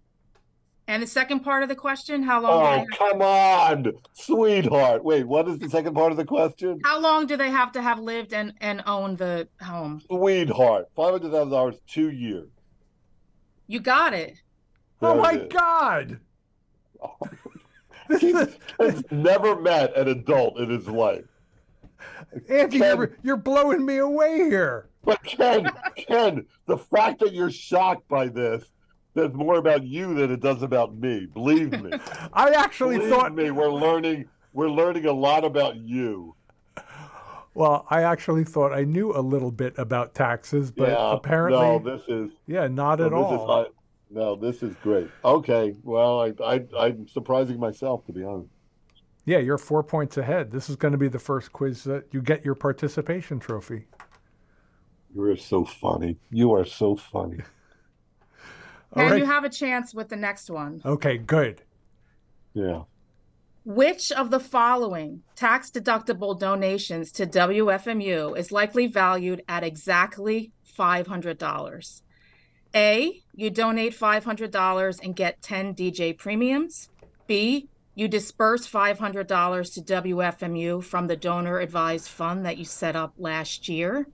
Speaker 4: And the second part of the question: How long? do
Speaker 3: Oh,
Speaker 4: they-
Speaker 3: come on, sweetheart. Wait, what is the second part of the question?
Speaker 4: how long do they have to have lived and and owned the home?
Speaker 3: Sweetheart, five hundred thousand dollars, two years.
Speaker 4: You got it.
Speaker 1: Oh
Speaker 3: There
Speaker 1: my
Speaker 3: it is.
Speaker 1: God.
Speaker 3: He's, he's never met an adult in his life.
Speaker 1: Andy,
Speaker 3: Ken.
Speaker 1: you're, you're blowing me away here.
Speaker 3: But Ken, Ken, the fact that you're shocked by this says more about you than it does about me. Believe me.
Speaker 1: I actually
Speaker 3: Believe
Speaker 1: thought
Speaker 3: me, we're learning. We're learning a lot about you.
Speaker 1: Well, I actually thought I knew a little bit about taxes, but
Speaker 3: yeah.
Speaker 1: apparently,
Speaker 3: no, this is
Speaker 1: yeah, not at
Speaker 3: no, this
Speaker 1: all.
Speaker 3: Is, I, no, this is great. Okay. Well, I, I I'm surprising myself to be honest.
Speaker 1: yeah, you're four points ahead. This is going to be the first quiz that you get your participation trophy.
Speaker 3: You're so funny. You are so funny.
Speaker 1: All
Speaker 4: And
Speaker 1: right.
Speaker 4: you have a chance with the next one.
Speaker 1: Okay, good.
Speaker 3: Yeah.
Speaker 4: Which of the following tax deductible donations to WFMU is likely valued at exactly $500? A, you donate $500 and get 10 DJ premiums. B, you disperse $500 to WFMU from the donor advised fund that you set up last year.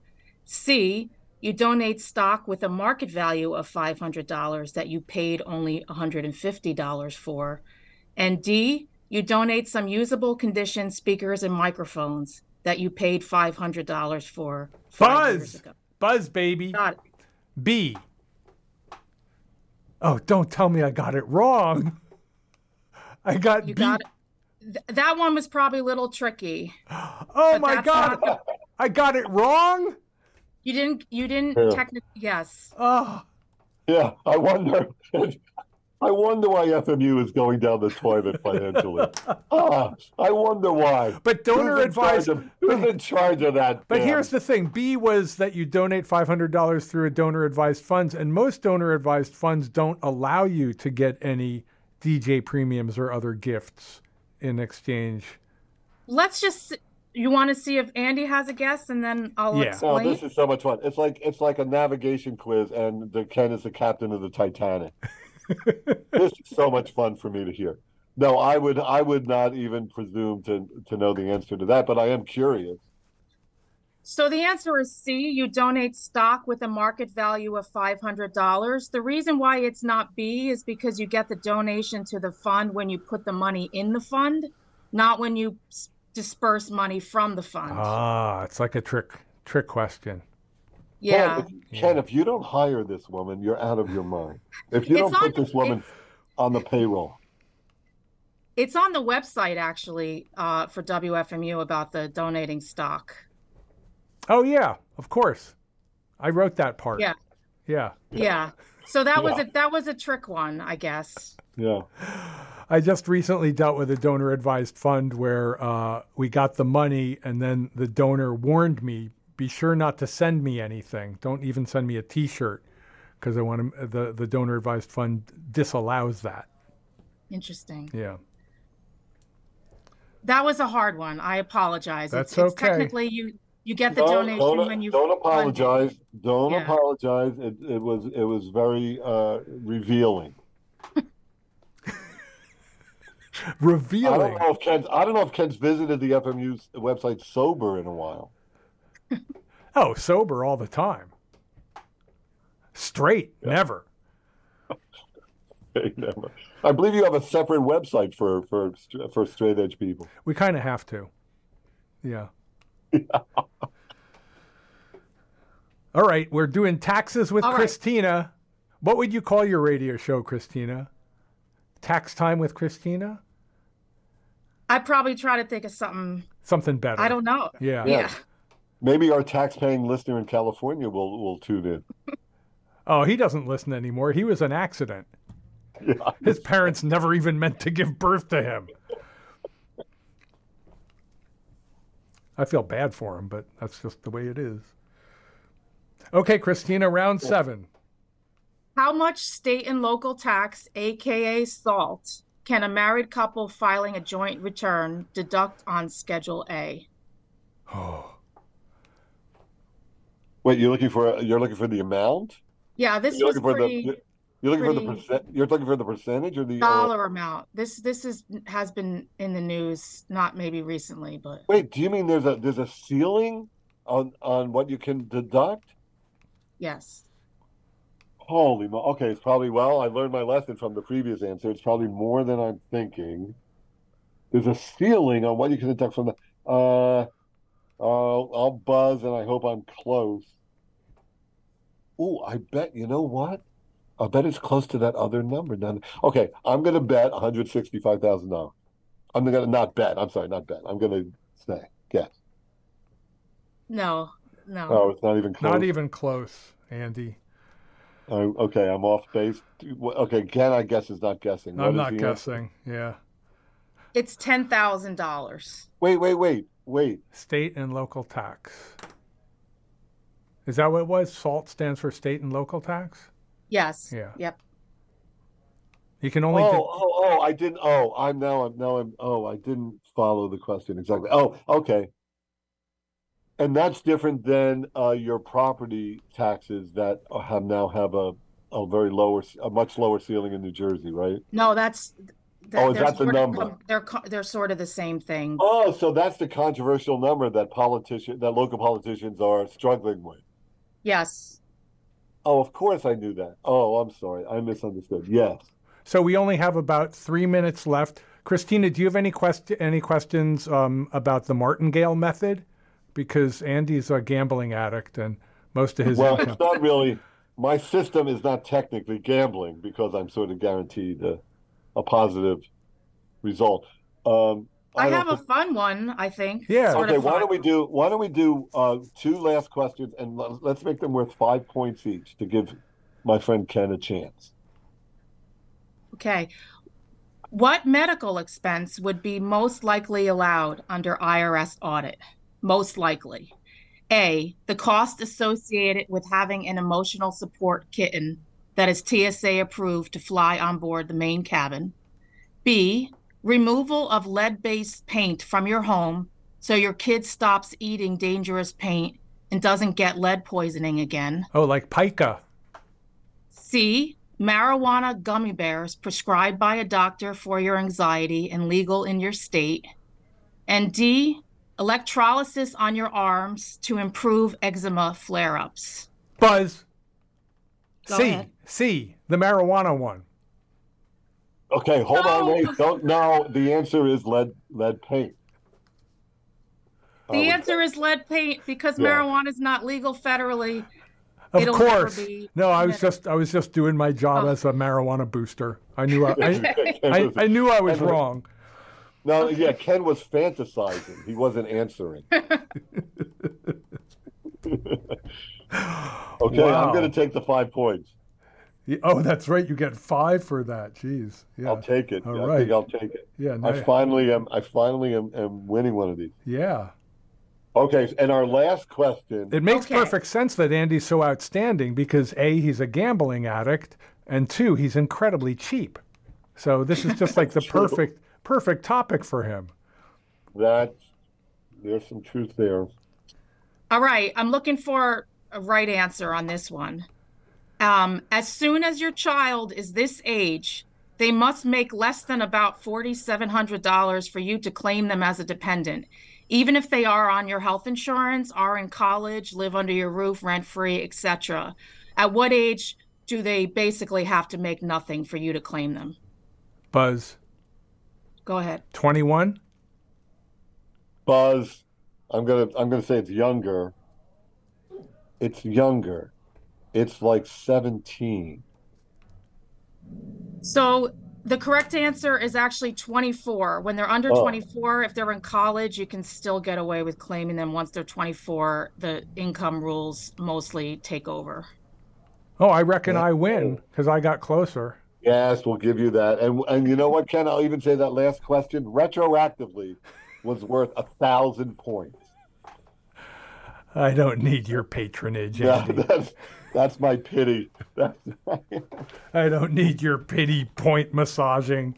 Speaker 4: C, you donate stock with a market value of $500 that you paid only $150 for. And D, you donate some usable condition speakers and microphones that you paid $500 for five years
Speaker 1: Buzz,
Speaker 4: ago.
Speaker 1: Buzz, baby,
Speaker 4: Got it.
Speaker 1: B. Oh, don't tell me I got it wrong. I got
Speaker 4: You
Speaker 1: B.
Speaker 4: got it. Th- that one was probably a little tricky.
Speaker 1: Oh
Speaker 4: but
Speaker 1: my
Speaker 4: that's
Speaker 1: God, I got it wrong.
Speaker 4: You didn't, you didn't
Speaker 3: Yeah.
Speaker 4: technically, yes.
Speaker 1: Oh,
Speaker 3: Yeah. I wonder. I wonder why FMU is going down the toilet financially. ah, I wonder why.
Speaker 1: but
Speaker 3: Who's
Speaker 1: donor
Speaker 3: in
Speaker 1: advised.
Speaker 3: charge of- Who's in charge of that?
Speaker 1: But
Speaker 3: damn-
Speaker 1: here's the thing: B was that you donate five hundred dollars through a donor-advised funds, and most donor-advised funds don't allow you to get any DJ premiums or other gifts in exchange.
Speaker 4: Let's just, you want to see if Andy has a guess and then I'll
Speaker 1: Yeah.
Speaker 3: Oh,
Speaker 4: explain.
Speaker 3: this is so much fun. It's like it's like a navigation quiz, and the Ken is the captain of the Titanic. this is so much fun for me to hear. No, I would I would not even presume to to know the answer to that, but I am curious.
Speaker 4: So the answer is C. You donate stock with a market value of $500. The reason why it's not B is because you get the donation to the fund when you put the money in the fund, not when you s- disperse money from the fund.
Speaker 1: Ah, it's like a trick trick question.
Speaker 4: yeah.
Speaker 3: Ken, if, Ken, if you don't hire this woman, you're out of your mind. If you
Speaker 4: It's
Speaker 3: don't put
Speaker 4: on-
Speaker 3: this woman on the payroll,
Speaker 4: It's on the website actually uh, for WFMU about the donating stock.
Speaker 1: Oh yeah, of course. I wrote that part.
Speaker 4: Yeah.
Speaker 1: Yeah.
Speaker 4: Yeah. So that was
Speaker 3: Yeah.
Speaker 4: a that was a trick one, I guess.
Speaker 3: yeah,
Speaker 1: I just recently dealt with a donor advised fund where uh, we got the money and then the donor warned me be sure not to send me anything. Don't even send me a t shirt because I want to, the, the donor advised fund disallows that.
Speaker 4: Interesting.
Speaker 1: Yeah.
Speaker 4: That was a hard one. I apologize.
Speaker 1: That's
Speaker 4: it's, it's
Speaker 1: okay.
Speaker 4: technically you you get the
Speaker 3: Don't-
Speaker 4: donation
Speaker 3: don't,
Speaker 4: when you
Speaker 3: don't apologize. Don't
Speaker 4: Yeah.
Speaker 3: apologize. It, it was it was very uh, revealing. I
Speaker 1: Revealing.
Speaker 3: don't know if Ken's I don't know if Ken's visited the FMU's website sober in a while.
Speaker 1: Oh, sober all the time. Straight, never.
Speaker 3: Never. I believe you have a separate website for for for straight edge people.
Speaker 1: We kind of have to. Yeah. All right, we're doing taxes with
Speaker 4: All right.
Speaker 1: Christina. What would you call your radio show, Christina? Tax time with Christina?
Speaker 4: I probably try to think of something.
Speaker 1: Something better.
Speaker 4: I don't know.
Speaker 1: Yeah.
Speaker 4: Yeah.
Speaker 3: Maybe our tax-paying listener in California will will tune in.
Speaker 1: Oh, he doesn't listen anymore. He was an accident. His parents never even meant to give birth to him. I feel bad for him, but that's just the way it is. Okay, Christina, round seven.
Speaker 4: How much state and local tax, aka SALT, can a married couple filing a joint return deduct on Schedule A?
Speaker 1: Oh,
Speaker 3: Wait, you're looking for you're looking for the amount?
Speaker 4: Yeah, this
Speaker 3: You're
Speaker 4: was
Speaker 3: looking for
Speaker 4: pretty
Speaker 3: the you're looking for the
Speaker 4: pretty-
Speaker 3: percent. You're looking for the percentage or the uh,
Speaker 4: dollar amount. This this is has been in the news, not maybe recently, but
Speaker 3: wait? Do you mean there's a there's a ceiling on on what you can deduct?
Speaker 4: yes.
Speaker 3: Holy mo- okay, it's probably well, I learned my lesson from the previous answer. It's probably more than I'm thinking. There's a ceiling on what you can deduct from the uh uh I'll buzz and I hope I'm close. Ooh, I bet you know what? I bet it's close to that other number. None. Okay, I'm gonna bet $165,000. I'm gonna not bet. I'm sorry, not bet. I'm gonna say guess.
Speaker 4: No. No.
Speaker 3: Oh, it's not even
Speaker 1: not
Speaker 3: close.
Speaker 1: even close, Andy.
Speaker 3: Oh, okay, I'm off base. Okay, again, I guess is not guessing. What
Speaker 1: I'm
Speaker 3: is
Speaker 1: not
Speaker 3: the answer?
Speaker 1: guessing. Yeah.
Speaker 4: It's ten thousand dollars.
Speaker 3: Wait, wait, wait, wait.
Speaker 1: State and local tax. Is that what it was? SALT stands for state and local tax?
Speaker 4: Yes.
Speaker 1: Yeah.
Speaker 4: Yep.
Speaker 1: You can
Speaker 3: Oh,
Speaker 1: only de-
Speaker 3: oh, oh! I didn't. Oh, I'm now. I'm now. I'm. Oh, I didn't follow the question exactly. Oh, okay. And that's different than uh, your property taxes that have now have a a very lower, a much lower ceiling in New Jersey, right?
Speaker 4: No, that's.
Speaker 3: Oh, is
Speaker 4: they're
Speaker 3: that the
Speaker 4: sort of
Speaker 3: number?
Speaker 4: com- They're co- they're sort of the same thing.
Speaker 3: Oh, so that's the controversial number that politician, that local politicians are struggling with.
Speaker 4: Yes.
Speaker 3: Oh, of course I knew that. Oh, I'm sorry, I misunderstood. Yes.
Speaker 1: So we only have about three minutes left. Christina, do you have any quest- any questions um, about the martingale method? Because Andy's a gambling addict, and most of his
Speaker 3: Well,
Speaker 1: income.
Speaker 3: it's not really. My system is not technically gambling because I'm sort of guaranteed a, a positive result. Um,
Speaker 4: I,
Speaker 3: don't
Speaker 4: have a
Speaker 3: think-
Speaker 4: fun one. I think.
Speaker 1: Yeah.
Speaker 4: Sort
Speaker 3: okay.
Speaker 4: of
Speaker 3: Why
Speaker 4: fun.
Speaker 3: don't we do? Why don't we do uh, two last questions and l- let's make them worth five points each to give my friend Ken a chance.
Speaker 4: Okay. What medical expense would be most likely allowed under IRS audit? Most likely. A, the cost associated with having an emotional support kitten that is TSA approved to fly on board the main cabin. B, removal of lead based paint from your home so your kid stops eating dangerous paint and doesn't get lead poisoning again.
Speaker 1: oh, like pica.
Speaker 4: C. Marijuana gummy bears prescribed by a doctor for your anxiety and legal in your state. And D. electrolysis on your arms to improve eczema flare ups.
Speaker 1: Buzz.
Speaker 4: Go
Speaker 1: C.
Speaker 4: ahead.
Speaker 1: C. The marijuana one.
Speaker 3: Okay, hold on,
Speaker 4: No.
Speaker 3: wait. Don't no. The answer is lead lead paint.
Speaker 4: The answer is lead paint because
Speaker 3: Oh, Yeah.
Speaker 4: marijuana is not legal federally.
Speaker 1: Of
Speaker 4: It'll never
Speaker 1: course.
Speaker 4: be
Speaker 1: No, I was
Speaker 4: permitted.
Speaker 1: just I was just doing my job
Speaker 4: Oh.
Speaker 1: as a marijuana booster. I knew I, I, I,
Speaker 3: I,
Speaker 1: I knew I was
Speaker 3: Edward.
Speaker 1: wrong.
Speaker 3: no, yeah, Ken was fantasizing. He wasn't answering. okay,
Speaker 1: Wow.
Speaker 3: I'm going to take the five points.
Speaker 1: Y- Oh, that's right. You get five for that. Jeez. Yeah.
Speaker 3: I'll take it.
Speaker 1: All
Speaker 3: I
Speaker 1: right.
Speaker 3: think I'll take it.
Speaker 1: yeah.
Speaker 3: I
Speaker 1: ni-
Speaker 3: finally am. I finally am, am winning one of these.
Speaker 1: yeah.
Speaker 3: Okay, and our last question.
Speaker 1: It makes
Speaker 4: Okay.
Speaker 1: perfect sense that Andy's so outstanding because A, he's a gambling addict, and two, he's incredibly cheap. So this is just like the
Speaker 3: True.
Speaker 1: perfect perfect topic for him.
Speaker 3: That there's some truth there.
Speaker 4: All right, I'm looking for a right answer on this one. Um, as soon as your child is this age, they must make less than about $4,700 for you to claim them as a dependent, even if they are on your health insurance, are in college, live under your roof, rent free, etc. At what age do they basically have to make nothing for you to claim them?
Speaker 1: Buzz
Speaker 4: Go ahead.
Speaker 1: twenty one.
Speaker 3: Buzz, I'm gonna I'm gonna say it's younger. It's younger. It's like 17.
Speaker 4: So the correct answer is actually 24. When they're under
Speaker 3: Oh.
Speaker 4: 24, if they're in college, you can still get away with claiming them once they're 24. The income rules mostly take over.
Speaker 1: Oh, I reckon I
Speaker 3: Oh.
Speaker 1: win because I got closer.
Speaker 3: Yes, we'll give you that. And and you know what, Ken? I'll even say that last question retroactively was worth a thousand points.
Speaker 1: I don't need your patronage,
Speaker 3: Yeah,
Speaker 1: Andy.
Speaker 3: that's that's my pity. That's
Speaker 1: I don't need your pity point massaging.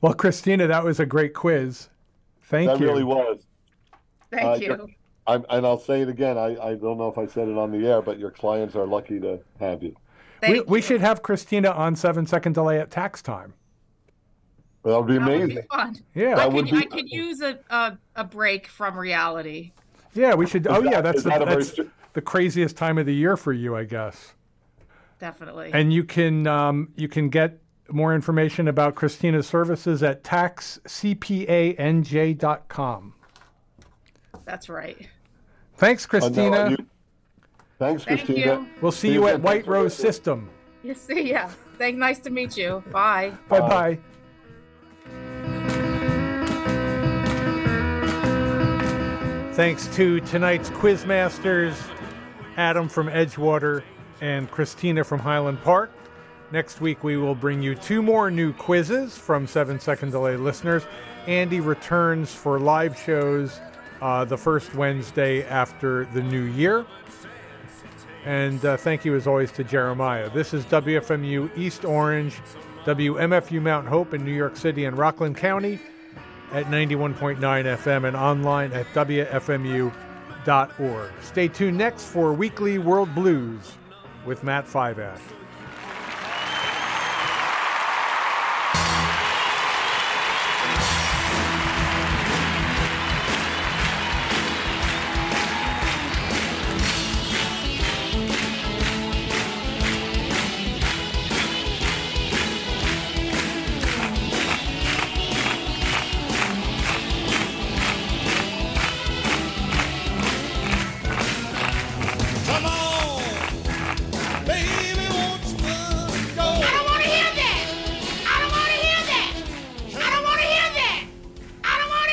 Speaker 1: Well, Christina, that was a great quiz. Thank
Speaker 3: that
Speaker 1: you.
Speaker 3: really was.
Speaker 4: Thank
Speaker 3: Uh,
Speaker 4: you.
Speaker 3: you're- I'm, and I'll say it again. I, I don't know if I said it on the air, but your clients are lucky to have you.
Speaker 4: Thank
Speaker 1: we,
Speaker 4: you.
Speaker 1: we should have Christina on seven second delay at tax time.
Speaker 3: That would be
Speaker 4: That would be
Speaker 3: amazing.
Speaker 4: fun.
Speaker 1: Yeah.
Speaker 3: That
Speaker 4: I, could,
Speaker 3: would
Speaker 4: I
Speaker 3: be-
Speaker 4: could use a, a, a break from reality.
Speaker 1: Yeah, we should. Oh,
Speaker 3: that-
Speaker 1: yeah, that's,
Speaker 3: is
Speaker 1: the,
Speaker 3: that a very
Speaker 1: that's
Speaker 3: stri-
Speaker 1: the craziest time of the year for you, I guess.
Speaker 4: Definitely.
Speaker 1: And you can um, you can get more information about Christina's services at taxcpanj.com.
Speaker 4: That's right.
Speaker 1: Thanks,
Speaker 3: Uh, no,
Speaker 1: Christina.
Speaker 3: you- thanks,
Speaker 4: Thank
Speaker 3: Christina.
Speaker 4: you.
Speaker 1: we'll see
Speaker 3: See
Speaker 1: you
Speaker 3: you
Speaker 1: at
Speaker 3: again.
Speaker 1: White
Speaker 3: Thanks for
Speaker 1: Rose
Speaker 3: listening.
Speaker 1: System.
Speaker 4: You see, yeah. Thank, nice to meet you. Bye.
Speaker 1: Bye
Speaker 3: Bye.
Speaker 1: bye. Thanks to tonight's quiz masters, Adam from Edgewater and Christina from Highland Park. Next week, we will bring you two more new quizzes from Seven Second Delay listeners. Andy returns for live shows uh, the first Wednesday after the new year. And uh, thank you, as always, to Jeremiah. This is WFMU East Orange, WMFU Mount Hope in New York City and Rockland County at 91.9 FM and online at WFMU.org. Stay tuned next for Weekly World Blues with Matt Fivath.
Speaker 5: Come on, baby, won't you come? Go.
Speaker 6: I don't want to hear that. I don't want to hear that. I don't want to hear that. I don't want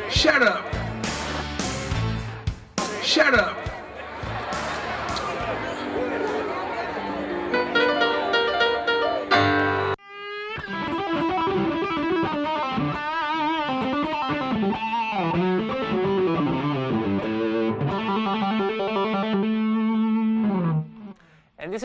Speaker 6: to hear that.
Speaker 7: Shut up. Shut up.
Speaker 8: And this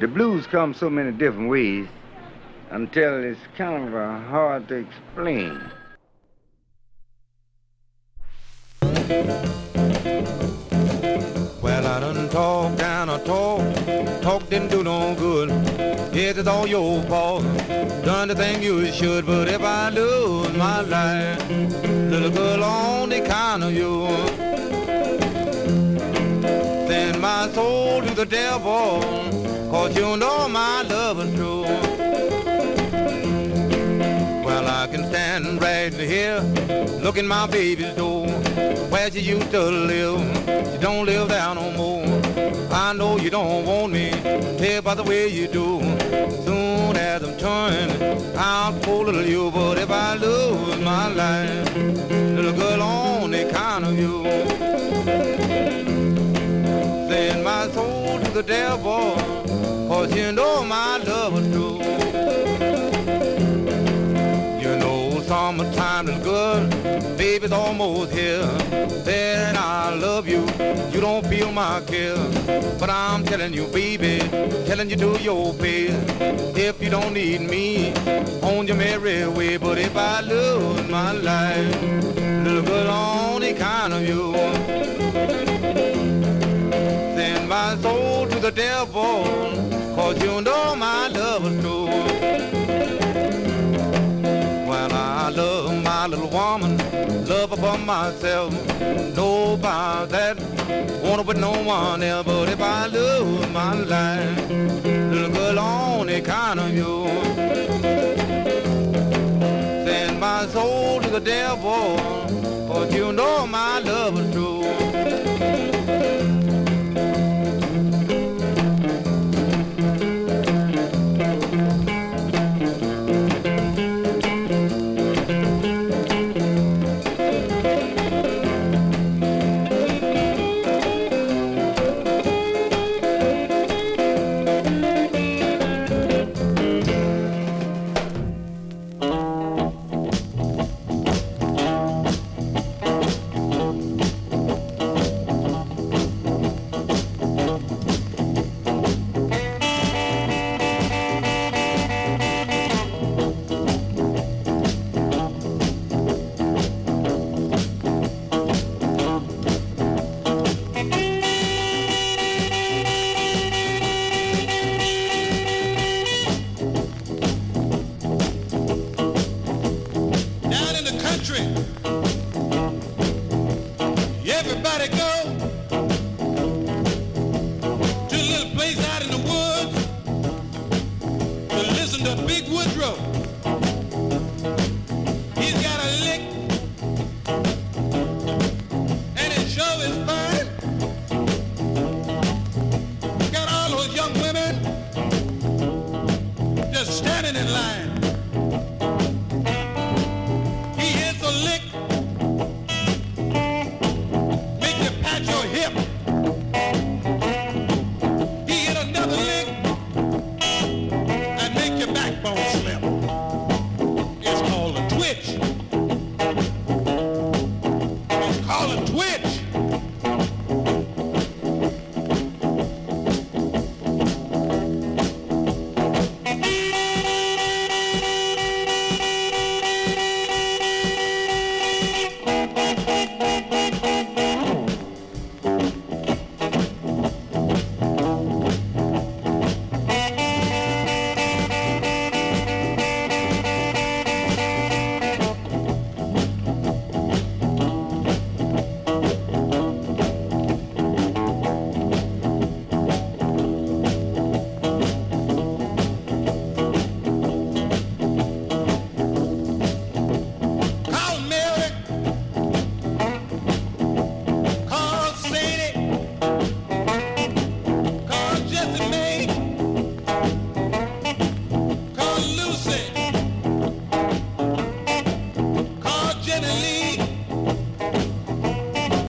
Speaker 7: The blues come so many different ways until it's kind of uh, hard to explain.
Speaker 5: Well, I done talked and I talked, talk didn't do no good. It is all your fault. Done the thing you should, but if I lose my life, little girl on the kind of you, then my soul to the devil, cause you know my love is true. Well, I can stand right here, look in my baby's door, where she used to live. She don't live there no more. I know you don't want me, here by the way you do. Soon as I'm turned, I'll pull little you, but if I lose my life, little girl only kind of you. Send my soul to the devil, cause you know my love is true. You know summertime is good, baby's almost here. Then I love you, you don't feel my care. But I'm telling you, baby, telling you do your best. If you don't need me, on your merry way. But if I lose my life, little girl, only kind of you. Send my soul to the devil, cause you know my love is true. Well, I love my little woman, love above myself. Know about that, wanna with no one else. But if I lose my life, little girl, only kind of you. Send my soul to the devil, but you know my love is true. down in the country